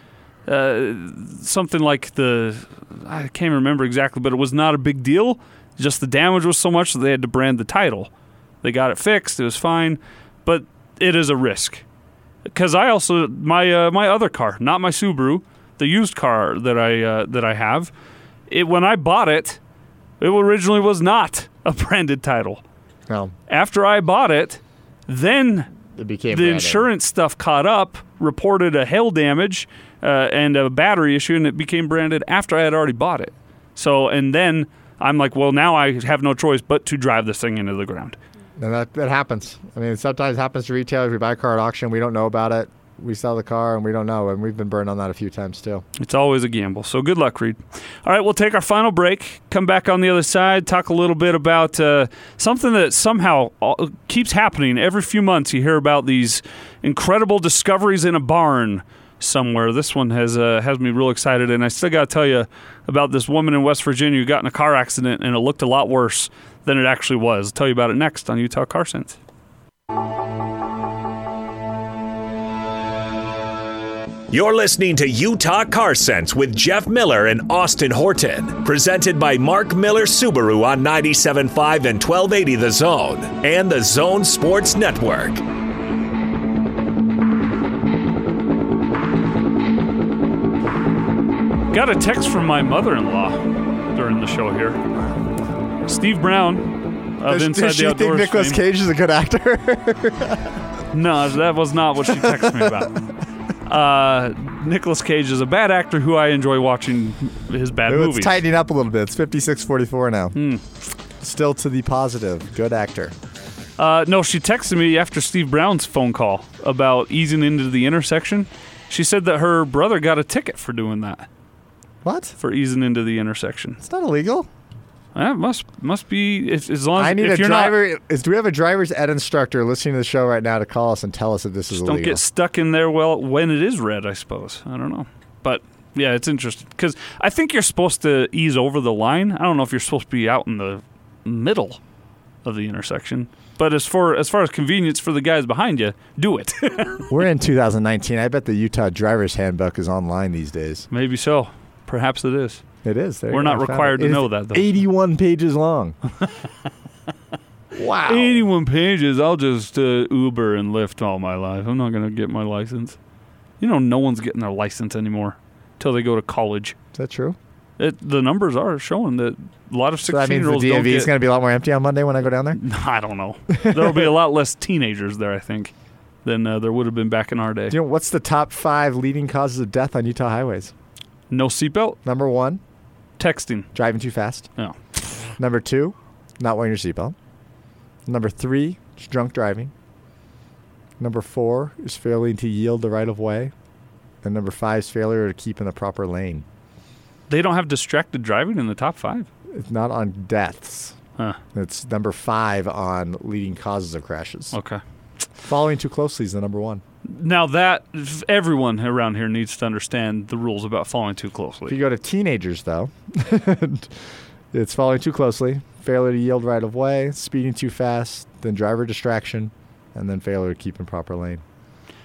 [SPEAKER 2] uh, something like the I can't remember exactly, but it was not a big deal. Just the damage was so much that they had to brand the title. They got it fixed. It was fine, but it is a risk because I also my uh, my other car, not my Subaru, the used car that I uh, that I have. It when I bought it, it originally was not a branded title.
[SPEAKER 3] Well,
[SPEAKER 2] After I bought it, then
[SPEAKER 3] it became
[SPEAKER 2] the insurance stuff caught up, reported a hail damage uh, and a battery issue, and it became branded after I had already bought it. So and then I'm like, well, now I have no choice but to drive this thing into the ground.
[SPEAKER 3] And that, that happens. I mean, it sometimes happens to retailers. We buy a car at auction, we don't know about it. We sell the car and we don't know. And we've been burned on that a few times too.
[SPEAKER 2] It's always a gamble. So good luck, Reed. All right, we'll take our final break. Come back on the other side. Talk a little bit about uh, something that somehow all- keeps happening every few months. You hear about these incredible discoveries in a barn somewhere. This one has uh, has me real excited, and I still got to tell you about this woman in West Virginia who got in a car accident and it looked a lot worse than it actually was. tell you about it next on Utah Car Sense.
[SPEAKER 1] You're listening to Utah Car Sense with Jeff Miller and Austin Horton, presented by Mark Miller Subaru on 97.5 and 1280 The Zone and the Zone Sports Network.
[SPEAKER 2] Got a text from my mother-in-law during the show here. Steve Brown of Inside the Outdoors. fame.
[SPEAKER 3] Cage is a
[SPEAKER 2] [laughs]
[SPEAKER 3] good actor?
[SPEAKER 2] No, that was not what she texted me
[SPEAKER 3] [laughs]
[SPEAKER 2] about. Uh, Nicholas Cage is a bad actor who I enjoy watching his bad
[SPEAKER 3] it's
[SPEAKER 2] movies. Hmm.
[SPEAKER 3] tightening up a little bit. It's 56 44 now. Still to the positive. Good actor.
[SPEAKER 2] Uh, no, she texted me after Steve Brown's phone call about easing into the intersection. She said that her brother got a ticket for doing that,
[SPEAKER 3] What?
[SPEAKER 2] for easing into the intersection.
[SPEAKER 3] It's not illegal.
[SPEAKER 2] That must must be if, as long as
[SPEAKER 3] I need
[SPEAKER 2] if
[SPEAKER 3] a
[SPEAKER 2] you're
[SPEAKER 3] driver. is, do we have a driver's ed instructor listening to the show right now to call us and tell us if this is
[SPEAKER 2] not don't
[SPEAKER 3] illegal?
[SPEAKER 2] get stuck in there. Well, when it is red, I suppose. I don't know, but yeah, it's interesting because I think you're supposed to ease over the line. I don't know if you're supposed to be out in the middle of the intersection. But as for as far as convenience for the guys behind you, do it. [laughs]
[SPEAKER 3] We're in 2019. I bet the Utah driver's handbook is online these days.
[SPEAKER 2] Maybe so. Perhaps it is.
[SPEAKER 3] It is. There
[SPEAKER 2] We're
[SPEAKER 3] you
[SPEAKER 2] not
[SPEAKER 3] go. I found
[SPEAKER 2] required
[SPEAKER 3] it.
[SPEAKER 2] to
[SPEAKER 3] It is
[SPEAKER 2] know that, though.
[SPEAKER 3] 81 pages long. wow.
[SPEAKER 2] 81 pages. I'll just uh, Uber and Lyft all my life. I'm not going to get my license. You know, no one's getting their license anymore until they go to college.
[SPEAKER 3] Is that true?
[SPEAKER 2] It, the numbers are showing that a lot of
[SPEAKER 3] So that means the
[SPEAKER 2] 16-year-olds don't
[SPEAKER 3] DMV
[SPEAKER 2] get
[SPEAKER 3] is going to be a lot more empty on Monday when I go
[SPEAKER 2] [laughs]
[SPEAKER 3] down there?
[SPEAKER 2] I don't know. There'll be a lot less teenagers there, I think, than uh, there would have been back in our day.
[SPEAKER 3] Do you know what's the top five leading causes of death on Utah highways?
[SPEAKER 2] No seatbelt,
[SPEAKER 3] Number one,
[SPEAKER 2] texting.
[SPEAKER 3] driving too fast.
[SPEAKER 2] No.
[SPEAKER 3] Number two, not wearing your seatbelt. Number three, is drunk driving. Number four is failing to yield the right of way. And number five is failure to keep in the proper lane.
[SPEAKER 2] They don't have distracted driving in the top five.
[SPEAKER 3] It's not on deaths. That's number five on leading causes of crashes.
[SPEAKER 2] Okay.
[SPEAKER 3] Following too closely is the number one.
[SPEAKER 2] Now that everyone around here needs to understand the rules about following too
[SPEAKER 3] If you
[SPEAKER 2] closely.
[SPEAKER 3] go to teenagers, though, [laughs] it's following too closely, failure to yield right of way, speeding too fast, then driver distraction, and then failure to keep in proper lane.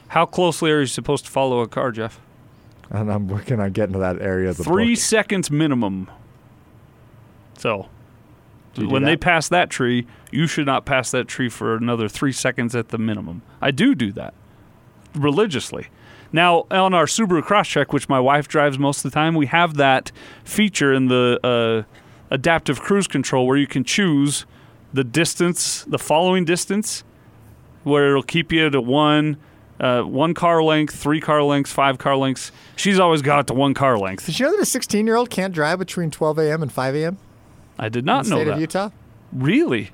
[SPEAKER 2] How closely are you supposed to follow a car, Jeff?
[SPEAKER 3] And I'm working on getting to that area of the
[SPEAKER 2] Three
[SPEAKER 3] book.
[SPEAKER 2] seconds minimum. So,
[SPEAKER 3] Do you do
[SPEAKER 2] when they
[SPEAKER 3] that?
[SPEAKER 2] pass that tree, you should not pass that tree for another three seconds at the minimum. I do do that religiously. Now, on our Subaru Crosscheck, which my wife drives most of the time, we have that feature in the uh, adaptive cruise control where you can choose the distance, the following distance, where it'll keep you to one. Uh, one car length, three car lengths, five car lengths. She's always got it to one car length.
[SPEAKER 3] Did you know that a 16 year old can't drive between 12 a.m. and 5 a.m.
[SPEAKER 2] I did
[SPEAKER 3] in the
[SPEAKER 2] not know
[SPEAKER 3] state
[SPEAKER 2] that.
[SPEAKER 3] of Utah?
[SPEAKER 2] Really?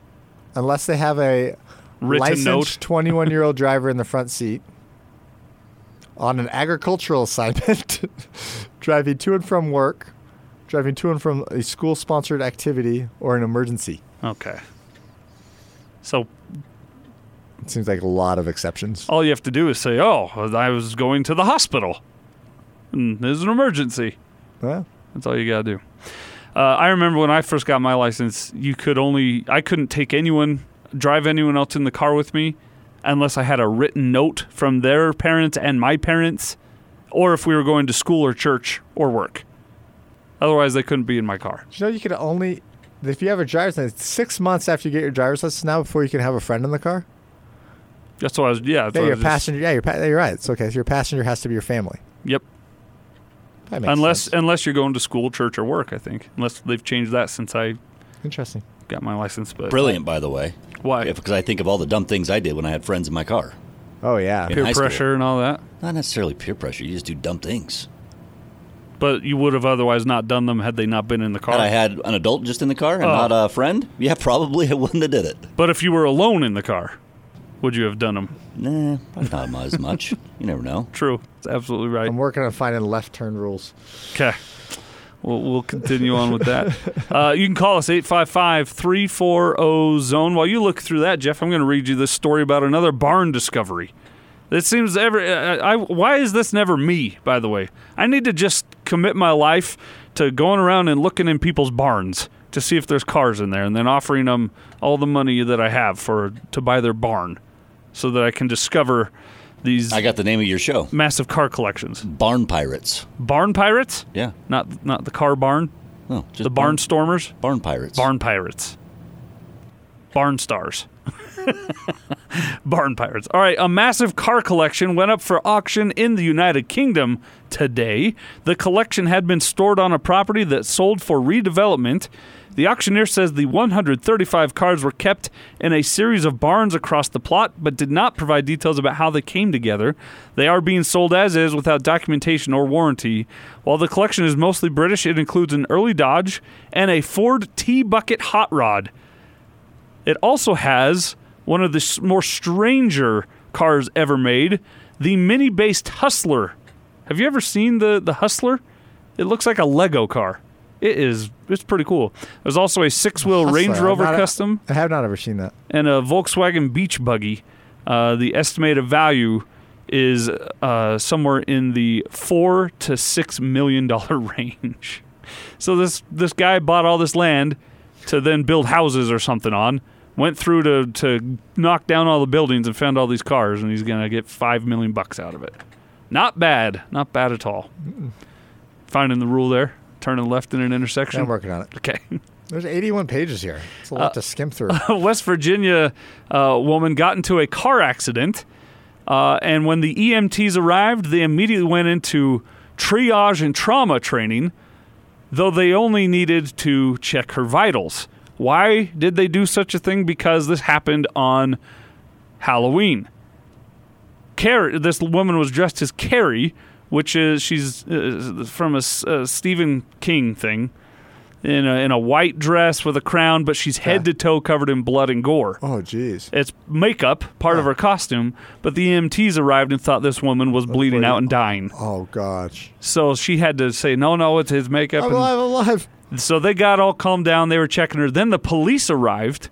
[SPEAKER 3] Unless they have a
[SPEAKER 2] Written
[SPEAKER 3] licensed
[SPEAKER 2] note.
[SPEAKER 3] 21 year old driver in the front seat on an agricultural [laughs] assignment, driving to and from work, driving to and from a school sponsored activity, or an emergency.
[SPEAKER 2] Okay. So
[SPEAKER 3] It seems like a lot of exceptions.
[SPEAKER 2] all you have to do is say, "Oh, I was going to the hospital. Mm, There's an emergency."
[SPEAKER 3] Well,
[SPEAKER 2] That's all you gotta do. Uh, I remember when I first got my license, you could only I couldn't take anyone, drive anyone else in the car with me, unless I had a written note from their parents and my parents, or if we were going to school or church or work. Otherwise, they couldn't be in my car.
[SPEAKER 3] you know, you could only, if you have a driver's license, it's six months after you get your driver's license now before you can have a friend in the car.
[SPEAKER 2] That's what I was. Yeah, that's
[SPEAKER 3] Yeah,
[SPEAKER 2] what I
[SPEAKER 3] your
[SPEAKER 2] was just-
[SPEAKER 3] passenger. Yeah, your pa- you're right. It's okay. So your passenger has to be your family.
[SPEAKER 2] Yep.
[SPEAKER 3] That makes
[SPEAKER 2] Unless
[SPEAKER 3] sense.
[SPEAKER 2] unless you're going to school, church, or work, I think. Unless they've changed that since I
[SPEAKER 3] interesting.
[SPEAKER 2] got my license. But
[SPEAKER 5] Brilliant, by the way.
[SPEAKER 2] Why?
[SPEAKER 5] Yeah, Because I think of all the dumb things I did when I had friends in my car.
[SPEAKER 3] Oh yeah.
[SPEAKER 5] Yeah.
[SPEAKER 2] peer
[SPEAKER 5] high school.
[SPEAKER 2] pressure and all that.
[SPEAKER 5] Not necessarily peer pressure. You just do dumb things.
[SPEAKER 2] But you would have otherwise not done them had they not been in the car.
[SPEAKER 5] Had I had an adult just in the car and
[SPEAKER 2] Oh.
[SPEAKER 5] not a friend, yeah, probably I wouldn't have did it.
[SPEAKER 2] but if you were alone in the car, would you have done them?
[SPEAKER 5] Nah, probably not mu- as much. You never know.
[SPEAKER 2] True. That's absolutely right.
[SPEAKER 3] I'm working on finding left turn rules.
[SPEAKER 2] Okay. We'll, we'll continue on with that. Uh, you can call us 855 340 oh, Zone. While you look through that, Jeff, I'm going to read you this story about another barn discovery. This seems ever. I, I, why is this never me, by the way? I need to just commit my life to going around and looking in people's barns to see if there's cars in there and then offering them all the money that I have for to buy their barn so that I can discover these
[SPEAKER 5] I got the name of your show
[SPEAKER 2] massive car collections.
[SPEAKER 5] Barn Pirates.
[SPEAKER 2] Barn pirates?
[SPEAKER 5] Yeah.
[SPEAKER 2] Not, not the car barn?
[SPEAKER 5] No, just
[SPEAKER 2] The Barnstormers?
[SPEAKER 5] Barn Pirates.
[SPEAKER 2] Barn Pirates. Barn Stars. barn Pirates. All right, a massive car collection went up for auction in the United Kingdom today. The collection had been stored on a property that sold for redevelopment. The auctioneer says the 135 cars were kept in a series of barns across the plot, but did not provide details about how they came together. They are being sold as is without documentation or warranty. While the collection is mostly British, it includes an early Dodge and a Ford T Bucket Hot Rod. It also has one of the s- more stranger cars ever made, the mini based Hustler. Have you ever seen the, the Hustler? It looks like a Lego car. It is. It's pretty cool. There's also a six wheel Range
[SPEAKER 3] Hustler. I've
[SPEAKER 2] Rover
[SPEAKER 3] not-
[SPEAKER 2] Custom
[SPEAKER 3] I have not ever seen that.
[SPEAKER 2] and a Volkswagen Beach Buggy. Uh, the estimated value is uh, somewhere in the four to six million dollar [laughs] range. So this this guy bought all this land to then build houses or something on. Went through to to knock down all the buildings and found all these cars, and he's gonna get five million bucks out of it. Not bad, not bad at all. Finding the rule there, turning left in an intersection.
[SPEAKER 3] I'm working on it.
[SPEAKER 2] [laughs] Okay.
[SPEAKER 3] There's 81 pages here. It's a
[SPEAKER 2] Uh,
[SPEAKER 3] lot to
[SPEAKER 2] [laughs]
[SPEAKER 3] skim through.
[SPEAKER 2] a West Virginia uh, woman got into a car accident, uh, and when the EMTs arrived, they immediately went into triage and trauma training, though they only needed to check her vitals. Why did they do such a thing? Because this happened on Halloween. Carrie, this woman was dressed as Carrie, which is she's uh, from a S- uh, Stephen King thing, in a, in a white dress with a crown, but she's head to toe covered in blood and gore.
[SPEAKER 3] Oh, jeez.
[SPEAKER 2] It's makeup, part of her costume, but the EMTs arrived and thought this woman was bleeding out and dying.
[SPEAKER 3] Oh, gosh.
[SPEAKER 2] So she had to say, "No, no, it's his makeup."
[SPEAKER 3] I'm
[SPEAKER 2] and-
[SPEAKER 3] alive, I'm alive.
[SPEAKER 2] So they got all calmed down. They were checking her. Then the police arrived,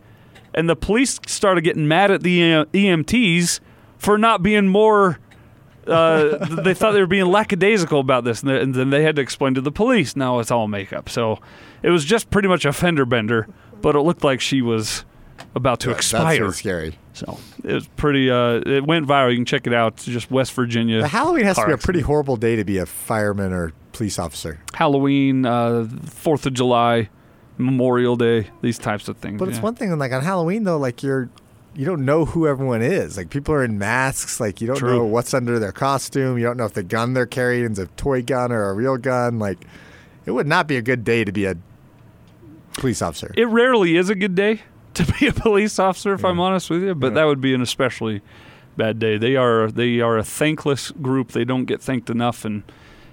[SPEAKER 2] and the police started getting mad at the uh, EMTs for not being more. Uh, th- they thought they were being lackadaisical about this, and, th- and then they had to explain to the police. Now it's all makeup. So it was just pretty much a fender bender, but it looked like she was about to
[SPEAKER 3] That's
[SPEAKER 2] expire.
[SPEAKER 3] really scary.
[SPEAKER 2] So it was pretty. Uh, it went viral. You can check it out. It's just West Virginia.
[SPEAKER 3] The Halloween has to
[SPEAKER 2] car
[SPEAKER 3] be a
[SPEAKER 2] accident.
[SPEAKER 3] pretty horrible day to be a fireman or police officer.
[SPEAKER 2] Halloween, uh, Fourth of July, Memorial Day, these types of things.
[SPEAKER 3] But it's
[SPEAKER 2] yeah.
[SPEAKER 3] one thing, and like on Halloween though, like you're, you don't know who everyone is. Like people are in masks. Like you don't
[SPEAKER 2] True.
[SPEAKER 3] know what's under their costume. You don't know if the gun they're carrying is a toy gun or a real gun. Like, it would not be a good day to be a police officer.
[SPEAKER 2] It rarely is a good day to be a police officer, if I'm honest with you. But that would be an especially bad day. They are they are a thankless group. They don't get thanked enough, and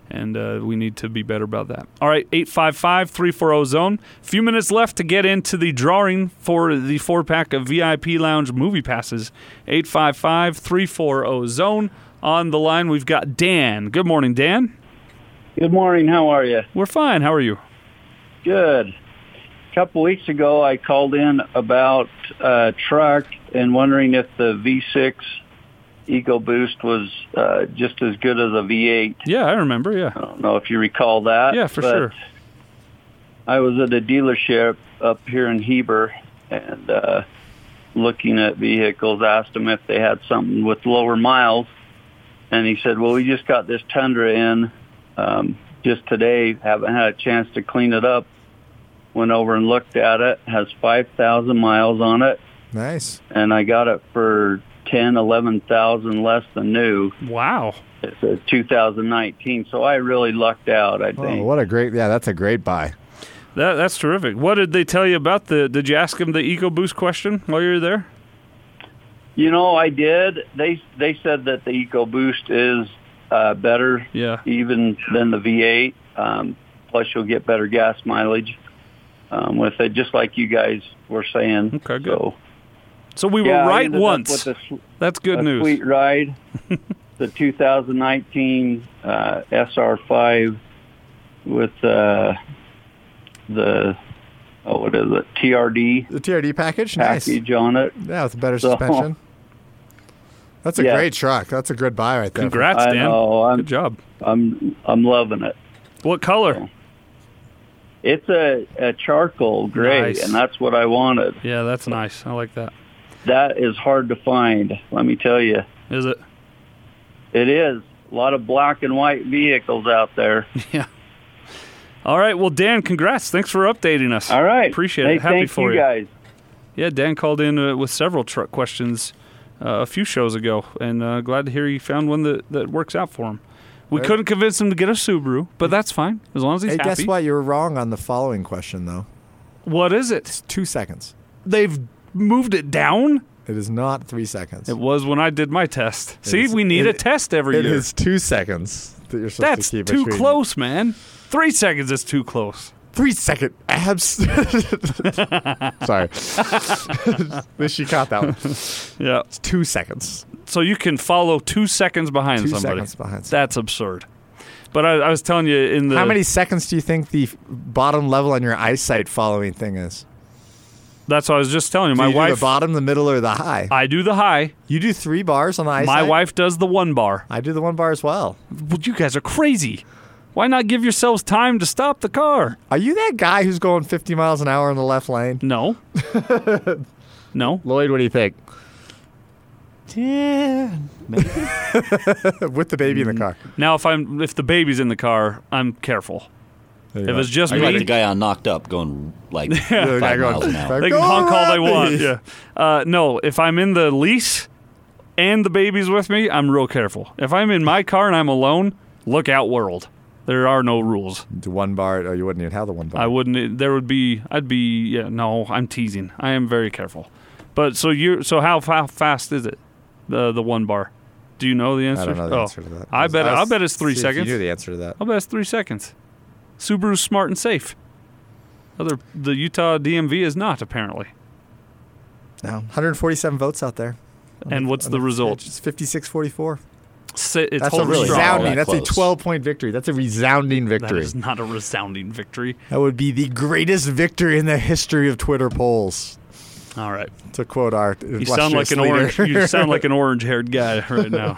[SPEAKER 2] and uh, we need to be better about that. All right, 855-340 oh, zone. Few minutes left to get into the drawing for the four pack of VIP Lounge movie passes. 855-340 oh, zone. On the line, we've got Dan. Good morning, Dan.
[SPEAKER 7] Good morning. How are you?
[SPEAKER 2] We're fine. How are you?
[SPEAKER 7] Good. A couple weeks ago, I called in about uh, truck and wondering if the V6 EcoBoost was uh, just as good as a V8.
[SPEAKER 2] Yeah, I remember. Yeah.
[SPEAKER 7] I don't know if you recall that.
[SPEAKER 2] Yeah, for
[SPEAKER 7] but
[SPEAKER 2] sure.
[SPEAKER 7] I was at a dealership up here in Heber and uh, looking at vehicles, asked him if they had something with lower miles. And he said, well, we just got this Tundra in um, just today. Haven't had a chance to clean it up. Went over and looked at it. Has 5,000 miles on it.
[SPEAKER 3] Nice.
[SPEAKER 7] And I got it for ten, eleven thousand less than new.
[SPEAKER 2] Wow.
[SPEAKER 7] It's a 2019. So I really lucked out, I think.
[SPEAKER 3] Oh, what a great yeah, that's a great buy.
[SPEAKER 2] That, that's terrific. What did they tell you about the? Did you ask them the EcoBoost question while you were there?
[SPEAKER 7] You know, I did. They they said that the EcoBoost is uh, better,
[SPEAKER 2] Yeah.
[SPEAKER 7] even than the V8. Um, plus, you'll get better gas mileage um, with it, just like you guys were saying.
[SPEAKER 2] Okay, good.
[SPEAKER 7] So,
[SPEAKER 2] So we
[SPEAKER 7] yeah, I
[SPEAKER 2] were right
[SPEAKER 7] ended up
[SPEAKER 2] once.
[SPEAKER 7] with a sw-
[SPEAKER 2] that's good
[SPEAKER 7] a
[SPEAKER 2] news. [laughs]
[SPEAKER 7] Sweet ride. the 2019 uh, SR5 with uh, the oh, what is it? TRD
[SPEAKER 3] The TRD package, nice.
[SPEAKER 7] package on it.
[SPEAKER 3] Yeah, with a better
[SPEAKER 7] So-
[SPEAKER 3] suspension. That's a
[SPEAKER 7] Yeah.
[SPEAKER 3] great truck. That's a good buy right there.
[SPEAKER 2] Congrats,
[SPEAKER 7] I
[SPEAKER 2] Dan.
[SPEAKER 7] know.
[SPEAKER 2] Good
[SPEAKER 7] I'm
[SPEAKER 2] job.
[SPEAKER 7] I'm I'm loving it.
[SPEAKER 2] What color?
[SPEAKER 7] It's a, a charcoal gray,
[SPEAKER 2] Nice.
[SPEAKER 7] and that's what I wanted.
[SPEAKER 2] Yeah, that's nice. I like that.
[SPEAKER 7] That is hard to find, let me tell you.
[SPEAKER 2] Is it?
[SPEAKER 7] It is. A lot of black and white vehicles out there.
[SPEAKER 2] All right. Well, Dan, congrats. Thanks for updating us.
[SPEAKER 7] All right.
[SPEAKER 2] Appreciate
[SPEAKER 7] Hey,
[SPEAKER 2] it. Happy
[SPEAKER 7] thank
[SPEAKER 2] for
[SPEAKER 7] you. guys.
[SPEAKER 2] Yeah, Dan called in uh, with several truck questions uh, a few shows ago, and uh, glad to hear he found one that, that works out for him. We couldn't convince him to get a Subaru, but that's fine as long as he's
[SPEAKER 3] Hey,
[SPEAKER 2] happy.
[SPEAKER 3] guess what? You were wrong on the following question though.
[SPEAKER 2] What is it?
[SPEAKER 3] It's two seconds.
[SPEAKER 2] They've moved it down.
[SPEAKER 3] It is not three seconds.
[SPEAKER 2] It was when I did my test. See,
[SPEAKER 3] is-
[SPEAKER 2] we need
[SPEAKER 3] it-
[SPEAKER 2] a test every
[SPEAKER 3] It
[SPEAKER 2] year.
[SPEAKER 3] is two seconds that you're supposed
[SPEAKER 2] That's
[SPEAKER 3] to keep
[SPEAKER 2] too
[SPEAKER 3] between-
[SPEAKER 2] close, man. Three seconds is too close.
[SPEAKER 3] Three second
[SPEAKER 2] [laughs]
[SPEAKER 3] abs. [laughs] Sorry. [laughs] At least you caught that one.
[SPEAKER 2] Yeah.
[SPEAKER 3] It's two seconds.
[SPEAKER 2] So you can follow two seconds behind
[SPEAKER 3] Two
[SPEAKER 2] somebody.
[SPEAKER 3] seconds behind.
[SPEAKER 2] That's absurd. But I, I was telling you in the
[SPEAKER 3] How many seconds do you think the f- bottom level on your eyesight following thing is?
[SPEAKER 2] That's what I was just telling you.
[SPEAKER 3] Do
[SPEAKER 2] My
[SPEAKER 3] you do
[SPEAKER 2] wife.
[SPEAKER 3] the bottom, the middle, or the high?
[SPEAKER 2] I do the high.
[SPEAKER 3] You do three bars on the eyesight.
[SPEAKER 2] My wife does the one bar.
[SPEAKER 3] I do the one bar as well.
[SPEAKER 2] Well, you guys are crazy. Why not give yourselves time to stop the car?
[SPEAKER 3] Are you that guy who's going 50 miles an hour in the left lane? [laughs]
[SPEAKER 2] No. no.
[SPEAKER 8] Lloyd, what do you think?
[SPEAKER 3] [laughs] With the baby in
[SPEAKER 2] Mm.
[SPEAKER 3] the car.
[SPEAKER 2] Now, if I'm if the baby's in the car, I'm careful. If it's just
[SPEAKER 5] I
[SPEAKER 2] me,
[SPEAKER 5] like the guy on knocked up going like
[SPEAKER 3] The
[SPEAKER 5] five
[SPEAKER 3] guy going,
[SPEAKER 5] miles an hour.
[SPEAKER 2] They
[SPEAKER 3] "Go
[SPEAKER 2] can honk all they
[SPEAKER 3] around
[SPEAKER 2] want.
[SPEAKER 3] me."
[SPEAKER 2] Yeah. Uh, no, if I'm in the lease and the baby's with me, I'm real careful. If I'm in my car and I'm alone, look out, world. There are no rules.
[SPEAKER 3] Do one bar. Oh, you wouldn't even have the one bar.
[SPEAKER 2] I wouldn't. There would be. I'd be. Yeah. No, I'm teasing. I am very careful. But so you. So how, how fast is it? The the one bar. Do you know the answer?
[SPEAKER 3] I don't know the
[SPEAKER 2] Oh.
[SPEAKER 3] answer to that.
[SPEAKER 2] I bet. I
[SPEAKER 3] was-
[SPEAKER 2] bet it's three
[SPEAKER 3] see if
[SPEAKER 2] seconds.
[SPEAKER 3] You knew the answer to that.
[SPEAKER 2] I'll bet it's three seconds. Subaru's smart and safe. Other the Utah DMV is not apparently.
[SPEAKER 3] No, 147 votes out there.
[SPEAKER 2] And what's the result?
[SPEAKER 3] It's 56-44.
[SPEAKER 2] si- it's
[SPEAKER 3] That's a
[SPEAKER 2] holding strong.
[SPEAKER 3] resounding.
[SPEAKER 5] Not
[SPEAKER 3] That's
[SPEAKER 5] close.
[SPEAKER 3] a 12 point victory. That's a resounding
[SPEAKER 2] That
[SPEAKER 3] victory.
[SPEAKER 2] is not a resounding victory.
[SPEAKER 3] That would be the greatest victory in the history of Twitter polls.
[SPEAKER 2] All right,
[SPEAKER 3] To quote our
[SPEAKER 2] you sound like an orange.
[SPEAKER 3] [laughs]
[SPEAKER 2] You sound like an orange-haired guy right now.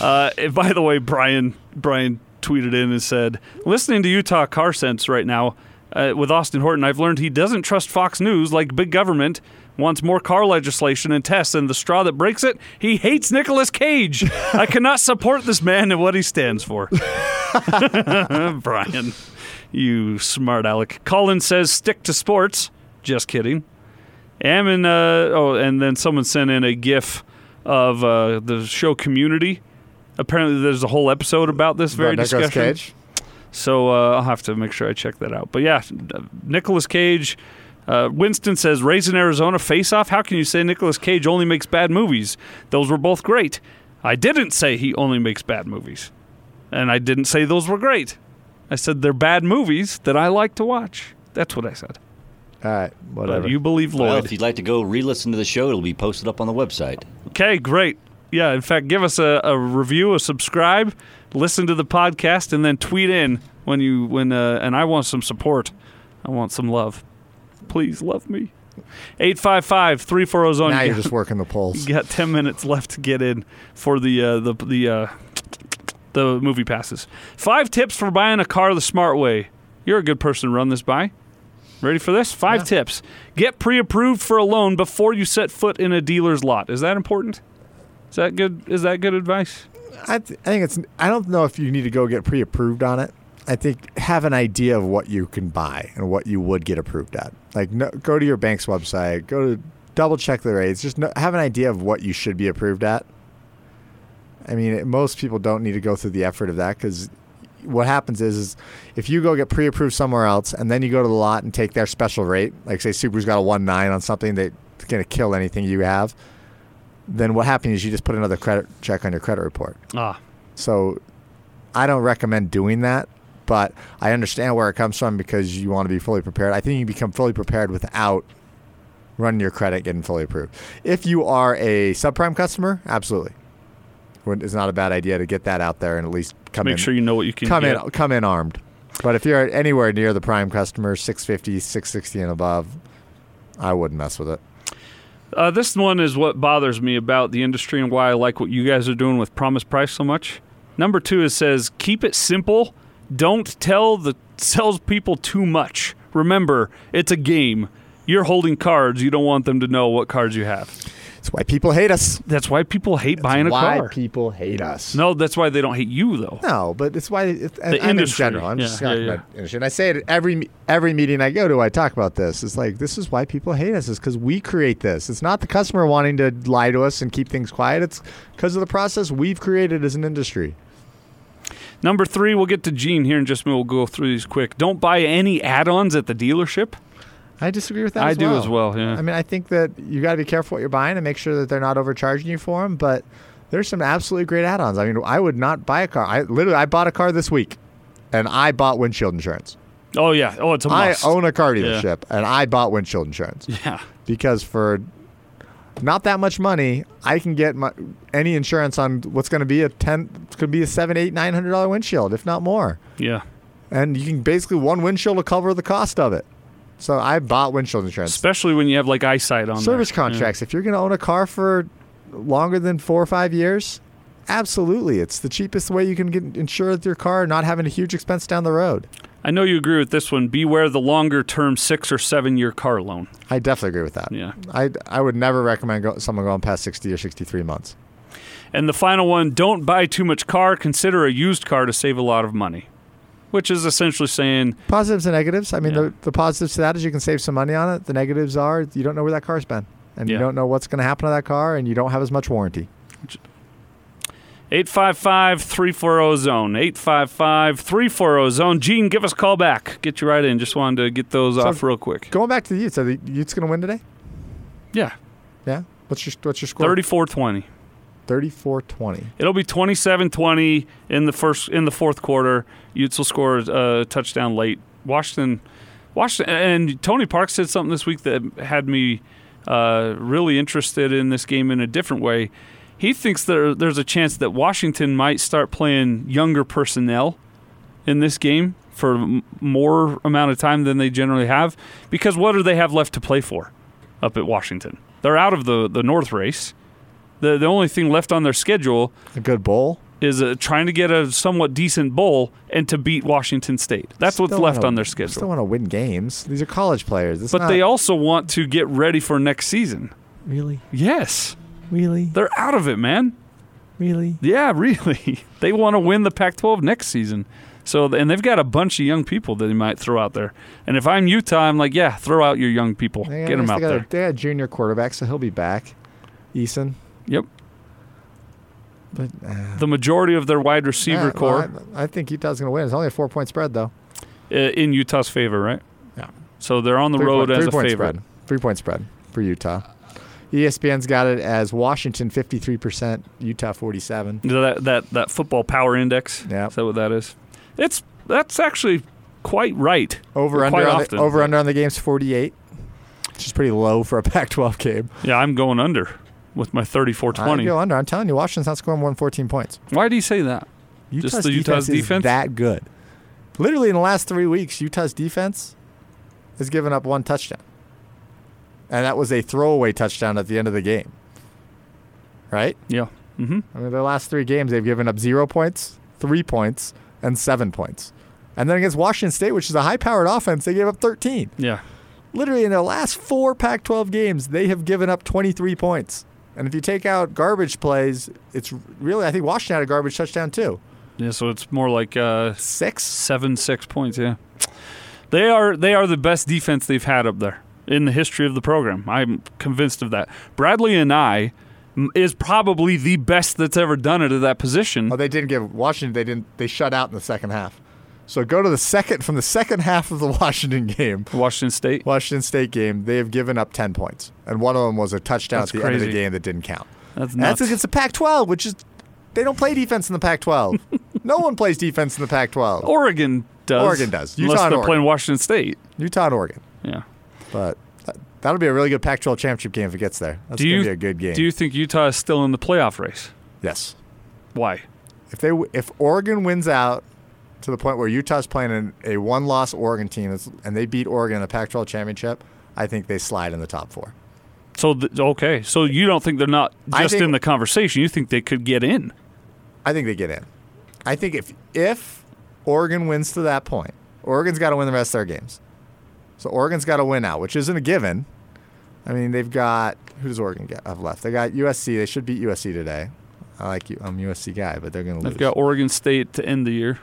[SPEAKER 2] Uh, and by the way, Brian Brian tweeted in and said, "Listening to Utah Car Sense right now uh, with Austin Horton, I've learned he doesn't trust Fox News like big government." Wants more car legislation and tests, and the straw that breaks it, he hates Nicolas Cage. I cannot support this man and what he stands
[SPEAKER 3] [laughs]
[SPEAKER 2] for. [laughs] Brian, you smart aleck. Colin says stick to sports. Just kidding. Am in, uh, oh, and then someone sent in a GIF of uh, the show Community. Apparently, there's a whole episode about this very discussion. So uh, I'll have to make sure I check that out. But yeah, Nicholas Cage. Uh, Winston says, "Raised in Arizona, Face Off. How can you say Nicolas Cage only makes bad movies? Those were both great. I didn't say he only makes bad movies, and I didn't say those were great. I said they're bad movies that I like to watch. That's what I said.
[SPEAKER 3] All right,
[SPEAKER 2] But
[SPEAKER 3] whatever.
[SPEAKER 2] you believe Lloyd?
[SPEAKER 5] Well, if you'd like to go re-listen to the show, it'll be posted up on the website.
[SPEAKER 2] Okay, great. Yeah, in fact, give us a, a review, a subscribe, listen to the podcast, and then tweet in when you when. Uh, and I want some support. I want some love. Please love me. 855 340 zone.
[SPEAKER 3] now you're just working the
[SPEAKER 2] [laughs]
[SPEAKER 3] polls.
[SPEAKER 2] You got ten minutes left to get in for the uh, the the uh, the movie passes. Five tips for buying a car the smart way. You're a good person to run this by. Ready for this? Five tips. Get pre-approved for a loan before you set foot in a dealer's lot. Is that important? Is that good? Is that good advice?
[SPEAKER 3] I, th- I think it's. I don't know if you need to go get pre-approved on it. I think have an idea of what you can buy and what you would get approved at. Like, no, go to your bank's website. Go to double check the rates. Just know, have an idea of what you should be approved at. I mean, it, most people don't need to go through the effort of that because what happens is, is if you go get pre-approved somewhere else and then you go to the lot and take their special rate, like say Subaru's got a one nine on something that's going to kill anything you have, then what happens is you just put another credit check on your credit report.
[SPEAKER 2] Ah,
[SPEAKER 3] So I don't recommend doing that, but I understand where it comes from because you want to be fully prepared. I think you become fully prepared without running your credit getting fully approved. If you are a subprime customer, absolutely. Wouldn't- It's not a bad idea to get that out there and at least come
[SPEAKER 2] make
[SPEAKER 3] in
[SPEAKER 2] sure you know what you can
[SPEAKER 3] come
[SPEAKER 2] get.
[SPEAKER 3] in come in armed. But if you're anywhere near the prime customer, 650, 660 and above, I wouldn't mess with it.
[SPEAKER 2] Uh, this one is what bothers me about the industry and why I like what you guys are doing with Promise Price so much. Number two is says keep it simple. Don't tell the salespeople too much. Remember, it's a game. You're holding cards. You don't want them to know what cards you have.
[SPEAKER 3] That's why people hate us.
[SPEAKER 2] That's why people hate buying a
[SPEAKER 3] why
[SPEAKER 2] car.
[SPEAKER 3] people hate us.
[SPEAKER 2] no, that's why they don't hate you
[SPEAKER 3] [laughs]
[SPEAKER 2] though.
[SPEAKER 3] No, but it's why it, the I'm
[SPEAKER 2] industry.
[SPEAKER 3] in general. I'm just
[SPEAKER 2] Yeah,
[SPEAKER 3] talking
[SPEAKER 2] yeah, yeah.
[SPEAKER 3] about industry. And I say it at every every meeting I go to. I talk about this. It's like this is why people hate us. Is because we create this. It's not the customer wanting to lie to us and keep things quiet. It's because of the process we've created as an industry.
[SPEAKER 2] Number three, we'll get to Gene here in just a minute. We'll go through these quick. Don't buy any add-ons at the dealership.
[SPEAKER 3] I disagree with that.
[SPEAKER 2] I
[SPEAKER 3] as
[SPEAKER 2] do
[SPEAKER 3] well.
[SPEAKER 2] as well, yeah.
[SPEAKER 3] I mean, I think that you got to be careful what you're buying and make sure that they're not overcharging you for them. But there's some absolutely great add-ons. I mean, I would not buy a car. I literally I bought a car this week, and I bought windshield insurance.
[SPEAKER 2] Oh yeah. Oh, it's a
[SPEAKER 3] I
[SPEAKER 2] must.
[SPEAKER 3] own a car
[SPEAKER 2] Yeah.
[SPEAKER 3] dealership, and I bought windshield insurance.
[SPEAKER 2] yeah.
[SPEAKER 3] because for not that much money, I can get my, any insurance on what's going to be a ten, could be a seven, eight, nine hundred dollar windshield, if not more.
[SPEAKER 2] [laughs] Yeah.
[SPEAKER 3] And you can basically one windshield will cover the cost of it. So I bought windshield insurance.
[SPEAKER 2] Especially when you have like eyesight on there.
[SPEAKER 3] Service
[SPEAKER 2] Yeah.
[SPEAKER 3] contracts. If you're going to own a car for longer than four or five years, absolutely, it's the cheapest way you can get insured your car, not having a huge expense down the road.
[SPEAKER 2] I know you agree with this one. Beware the longer term six or seven year car loan.
[SPEAKER 3] I definitely agree with that.
[SPEAKER 2] Yeah.
[SPEAKER 3] I I would never recommend go, someone going past sixty or sixty three months.
[SPEAKER 2] And the final one don't buy too much car. Consider a used car to save a lot of money, which is essentially saying,
[SPEAKER 3] Positives and negatives. I mean,
[SPEAKER 2] Yeah.
[SPEAKER 3] the, the positives to that is you can save some money on it. The negatives are you don't know where that car's been, and
[SPEAKER 2] Yeah.
[SPEAKER 3] you don't know what's going to happen to that car, and you don't have as much warranty.
[SPEAKER 2] 855 340 oh, zone. 855 340 oh, zone. Gene, give us a call back. Get you right in. Just wanted to get those off real quick.
[SPEAKER 3] Going back to the Utes, so the Utes going to win today?
[SPEAKER 2] Yeah.
[SPEAKER 3] Yeah. What's your what's your score?
[SPEAKER 2] 34 20.
[SPEAKER 3] 34-20.
[SPEAKER 2] It'll be 27-20 in the first in the fourth quarter. Utes will score a touchdown late. Washington, Washington, and Tony Parks said something this week that had me uh, really interested in this game in a different way. He thinks there there's a chance that Washington might start playing younger personnel in this game for m- more amount of time than they generally have because what do they have left to play for up at Washington? They're out of the, the North race. The the only thing left on their schedule
[SPEAKER 3] A good bowl.
[SPEAKER 2] is uh, trying to get a somewhat decent bowl and to beat Washington State. That's what's
[SPEAKER 3] Still
[SPEAKER 2] left
[SPEAKER 3] wanna-
[SPEAKER 2] on their schedule.
[SPEAKER 3] Still want to win games. These are college players. It's
[SPEAKER 2] But
[SPEAKER 3] not-
[SPEAKER 2] they also want to get ready for next season.
[SPEAKER 3] really,
[SPEAKER 2] Yes.
[SPEAKER 3] really,
[SPEAKER 2] They're out of it, man.
[SPEAKER 3] really.
[SPEAKER 2] Yeah, [laughs] really. They want to win the Pac 12 next season. So, and they've got a bunch of young people that they might throw out there. And if I'm Utah, I'm like, yeah, throw out your young people.
[SPEAKER 3] They-
[SPEAKER 2] get
[SPEAKER 3] at least
[SPEAKER 2] them out
[SPEAKER 3] they got a-
[SPEAKER 2] there.
[SPEAKER 3] they got a junior quarterback, so he'll be back. Eason.
[SPEAKER 2] Yep.
[SPEAKER 3] But, uh,
[SPEAKER 2] The majority of their wide receiver
[SPEAKER 3] yeah, well,
[SPEAKER 2] core
[SPEAKER 3] I, I think Utah's going to win. It's only a four point spread, though.
[SPEAKER 2] uh, in Utah's favor, right?
[SPEAKER 3] Yeah.
[SPEAKER 2] So they're on the
[SPEAKER 3] Three
[SPEAKER 2] road
[SPEAKER 3] point-
[SPEAKER 2] as
[SPEAKER 3] three
[SPEAKER 2] a
[SPEAKER 3] point
[SPEAKER 2] favorite.
[SPEAKER 3] Spread. Three point spread for Utah. E ESPN's got it as Washington 53%, Utah 47.
[SPEAKER 2] That, that that football power index.
[SPEAKER 3] Yeah.
[SPEAKER 2] Is that what that is? It's that's actually quite right.
[SPEAKER 3] Over
[SPEAKER 2] Quite
[SPEAKER 3] under on
[SPEAKER 2] often.
[SPEAKER 3] the, over under on the game's 48, which is pretty low for a [laughs] Pac-12 game.
[SPEAKER 2] Yeah, I'm going under with my 34
[SPEAKER 3] I
[SPEAKER 2] 20.
[SPEAKER 3] go under. I'm telling you, Washington's not scoring more than 14 points.
[SPEAKER 2] Why do you say that?
[SPEAKER 3] Utah's
[SPEAKER 2] the Utah's
[SPEAKER 3] defense,
[SPEAKER 2] defense?
[SPEAKER 3] is that good. Literally in the last three weeks, Utah's defense has given up one touchdown, and that was a throwaway touchdown at the end of the game. Right?
[SPEAKER 2] Yeah. Mm-hmm.
[SPEAKER 3] I mean, their last three games, they've given up zero points, three points, and seven points. And then against Washington State, which is a high-powered offense, they gave up 13.
[SPEAKER 2] Yeah.
[SPEAKER 3] Literally in their last four Pac-12 games, they have given up 23 points. And if you take out garbage plays, it's really I think Washington had a garbage touchdown too.
[SPEAKER 2] Yeah, so it's more like uh,
[SPEAKER 3] Six.
[SPEAKER 2] seven, six points. Yeah, they are they are the best defense they've had up there in the history of the program. I'm convinced of that. Bradley and I m- is probably the best that's ever done it at that position.
[SPEAKER 3] Oh, they didn't give Washington. They didn't. They shut out in the second half. So go to the second from the second half of the [laughs] Washington game,
[SPEAKER 2] Washington State.
[SPEAKER 3] Washington State game. They have given up ten points, and one of them was a touchdown
[SPEAKER 2] That's
[SPEAKER 3] at the end of
[SPEAKER 2] crazy.
[SPEAKER 3] the game that didn't count.
[SPEAKER 2] That's
[SPEAKER 3] And
[SPEAKER 2] nuts.
[SPEAKER 3] That's against the Pac-12, which is they don't play defense in
[SPEAKER 2] [laughs]
[SPEAKER 3] the Pac-12. no one plays defense in the Pac-12.
[SPEAKER 2] Oregon does.
[SPEAKER 3] Oregon does. Utah
[SPEAKER 2] unless
[SPEAKER 3] and
[SPEAKER 2] they're
[SPEAKER 3] Oregon.
[SPEAKER 2] playing Washington State.
[SPEAKER 3] Utah and Oregon,
[SPEAKER 2] Yeah.
[SPEAKER 3] but that- that'll be a really good Pac-12 championship game if it gets there. That's
[SPEAKER 2] do
[SPEAKER 3] gonna
[SPEAKER 2] you
[SPEAKER 3] be a good game.
[SPEAKER 2] Do you think Utah is still in the playoff race?
[SPEAKER 3] yes.
[SPEAKER 2] Why?
[SPEAKER 3] If they w- if Oregon wins out to the point where Utah's playing an, a one-loss Oregon team that's- and they beat Oregon in the Pac-12 championship, I think they slide in the top four.
[SPEAKER 2] So th- okay, so you don't think they're not
[SPEAKER 3] I
[SPEAKER 2] just
[SPEAKER 3] think-
[SPEAKER 2] in the conversation. You think they could get in?
[SPEAKER 3] I think they get in. I think if if Oregon wins to that point, Oregon's got to win the rest of their games. So Oregon's got to win out, which isn't a given. I mean, they've got who does Oregon get, have left? They got USC. They should beat USC today. I like you. I'm a USC guy, but they're going to lose.
[SPEAKER 2] They've got Oregon State to end the year,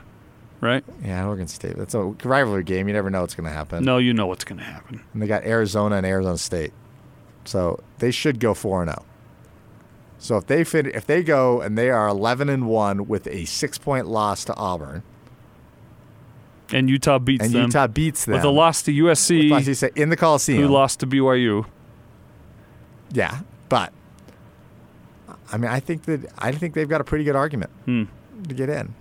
[SPEAKER 2] right?
[SPEAKER 3] Yeah, Oregon State. That's a rivalry game. You never know what's going to happen.
[SPEAKER 2] No, you know what's going to happen.
[SPEAKER 3] and they got Arizona and Arizona State. So they should go four and zero. So if they fit, if they go and they are eleven and one with a six point loss to Auburn,
[SPEAKER 2] And Utah beats
[SPEAKER 3] and
[SPEAKER 2] them
[SPEAKER 3] Utah beats them
[SPEAKER 2] with a loss to USC,
[SPEAKER 3] Like you said, in the Coliseum,
[SPEAKER 2] who lost to BYU.
[SPEAKER 3] yeah, but I mean, I think that I think they've got a pretty good argument
[SPEAKER 2] Hmm.
[SPEAKER 3] to get in.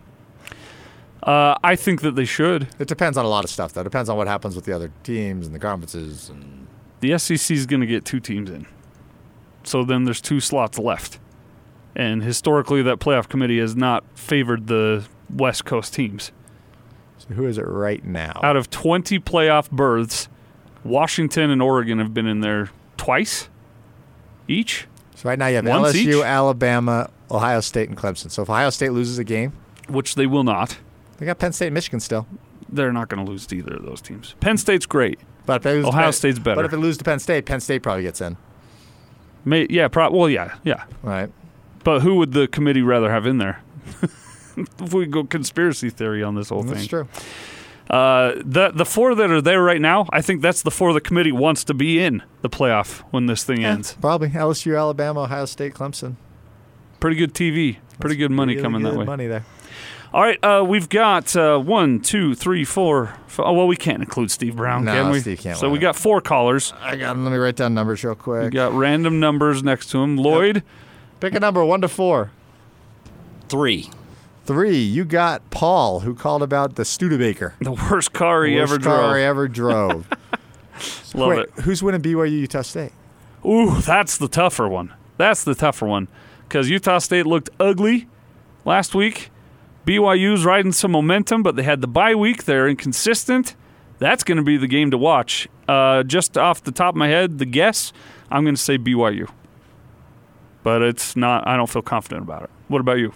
[SPEAKER 2] Uh, I think that they should.
[SPEAKER 3] It depends on a lot of stuff, though. It depends on what happens with the other teams and the conferences. And
[SPEAKER 2] The SEC is going to get two teams in, so then there's two slots left. And historically, that playoff committee has not favored the West Coast teams.
[SPEAKER 3] so who is it right now?
[SPEAKER 2] out of 20 playoff berths, Washington and Oregon have been in there twice each.
[SPEAKER 3] so right now you have
[SPEAKER 2] Once
[SPEAKER 3] LSU,
[SPEAKER 2] each?
[SPEAKER 3] Alabama, Ohio State, and Clemson. So if Ohio State loses a game,
[SPEAKER 2] Which they will not.
[SPEAKER 3] they got Penn State, and Michigan still.
[SPEAKER 2] They're not going to lose to either of those teams. Penn State's great.
[SPEAKER 3] But if they lose to
[SPEAKER 2] Ohio
[SPEAKER 3] Penn-
[SPEAKER 2] State's better.
[SPEAKER 3] But if they lose to Penn State, Penn State probably gets in.
[SPEAKER 2] May, yeah, pro- well, yeah, yeah.
[SPEAKER 3] Right.
[SPEAKER 2] But who would the committee rather have in there? [laughs] if we go conspiracy theory on this whole
[SPEAKER 3] That's
[SPEAKER 2] thing.
[SPEAKER 3] true.
[SPEAKER 2] Uh, the the four that are there right now, I think that's the four the committee wants to be in the playoff when this thing ends.
[SPEAKER 3] Probably LSU, Alabama, Ohio State, Clemson.
[SPEAKER 2] Pretty good TV, pretty good money
[SPEAKER 3] Really
[SPEAKER 2] coming
[SPEAKER 3] good
[SPEAKER 2] that way.
[SPEAKER 3] Money there.
[SPEAKER 2] All right, uh, we've got uh, one, two, three, four. f- Oh, well, we can't include Steve Brown,
[SPEAKER 3] No,
[SPEAKER 2] can we?
[SPEAKER 3] Steve can't
[SPEAKER 2] so
[SPEAKER 3] win
[SPEAKER 2] we
[SPEAKER 3] it.
[SPEAKER 2] got four callers.
[SPEAKER 3] I got. Let me write down numbers real
[SPEAKER 2] We
[SPEAKER 3] quick.
[SPEAKER 2] got random numbers next to him. Lloyd,
[SPEAKER 3] Pick a number one to four.
[SPEAKER 9] Three.
[SPEAKER 3] Three. You got Paul, who called about the Studebaker.
[SPEAKER 2] the worst car he
[SPEAKER 3] Worst
[SPEAKER 2] ever
[SPEAKER 3] car
[SPEAKER 2] drove.
[SPEAKER 3] I ever drove.
[SPEAKER 2] [laughs] Love
[SPEAKER 3] Wait, who's winning BYU Utah State?
[SPEAKER 2] it. Ooh, that's the tougher one. That's the tougher one because Utah State looked ugly last week. BYU's riding some momentum, but they had the bye week. They're inconsistent. That's going to be the game to watch. Uh, just off the top of my head, the guess, I'm going to say BYU. But it's not, I don't feel confident about it. What about you,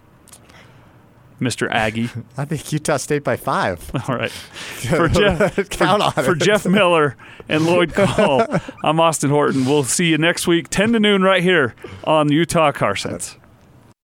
[SPEAKER 2] Mr. Aggie? [laughs]
[SPEAKER 10] I think Utah State by five.
[SPEAKER 2] All right. For
[SPEAKER 3] [laughs]
[SPEAKER 2] Jeff,
[SPEAKER 10] Count on
[SPEAKER 2] for, for
[SPEAKER 10] it.
[SPEAKER 2] Jeff Miller and Lloyd Call, I'm Austin Horton. We'll see you next week, 10 to noon, right here on Utah Car Sense.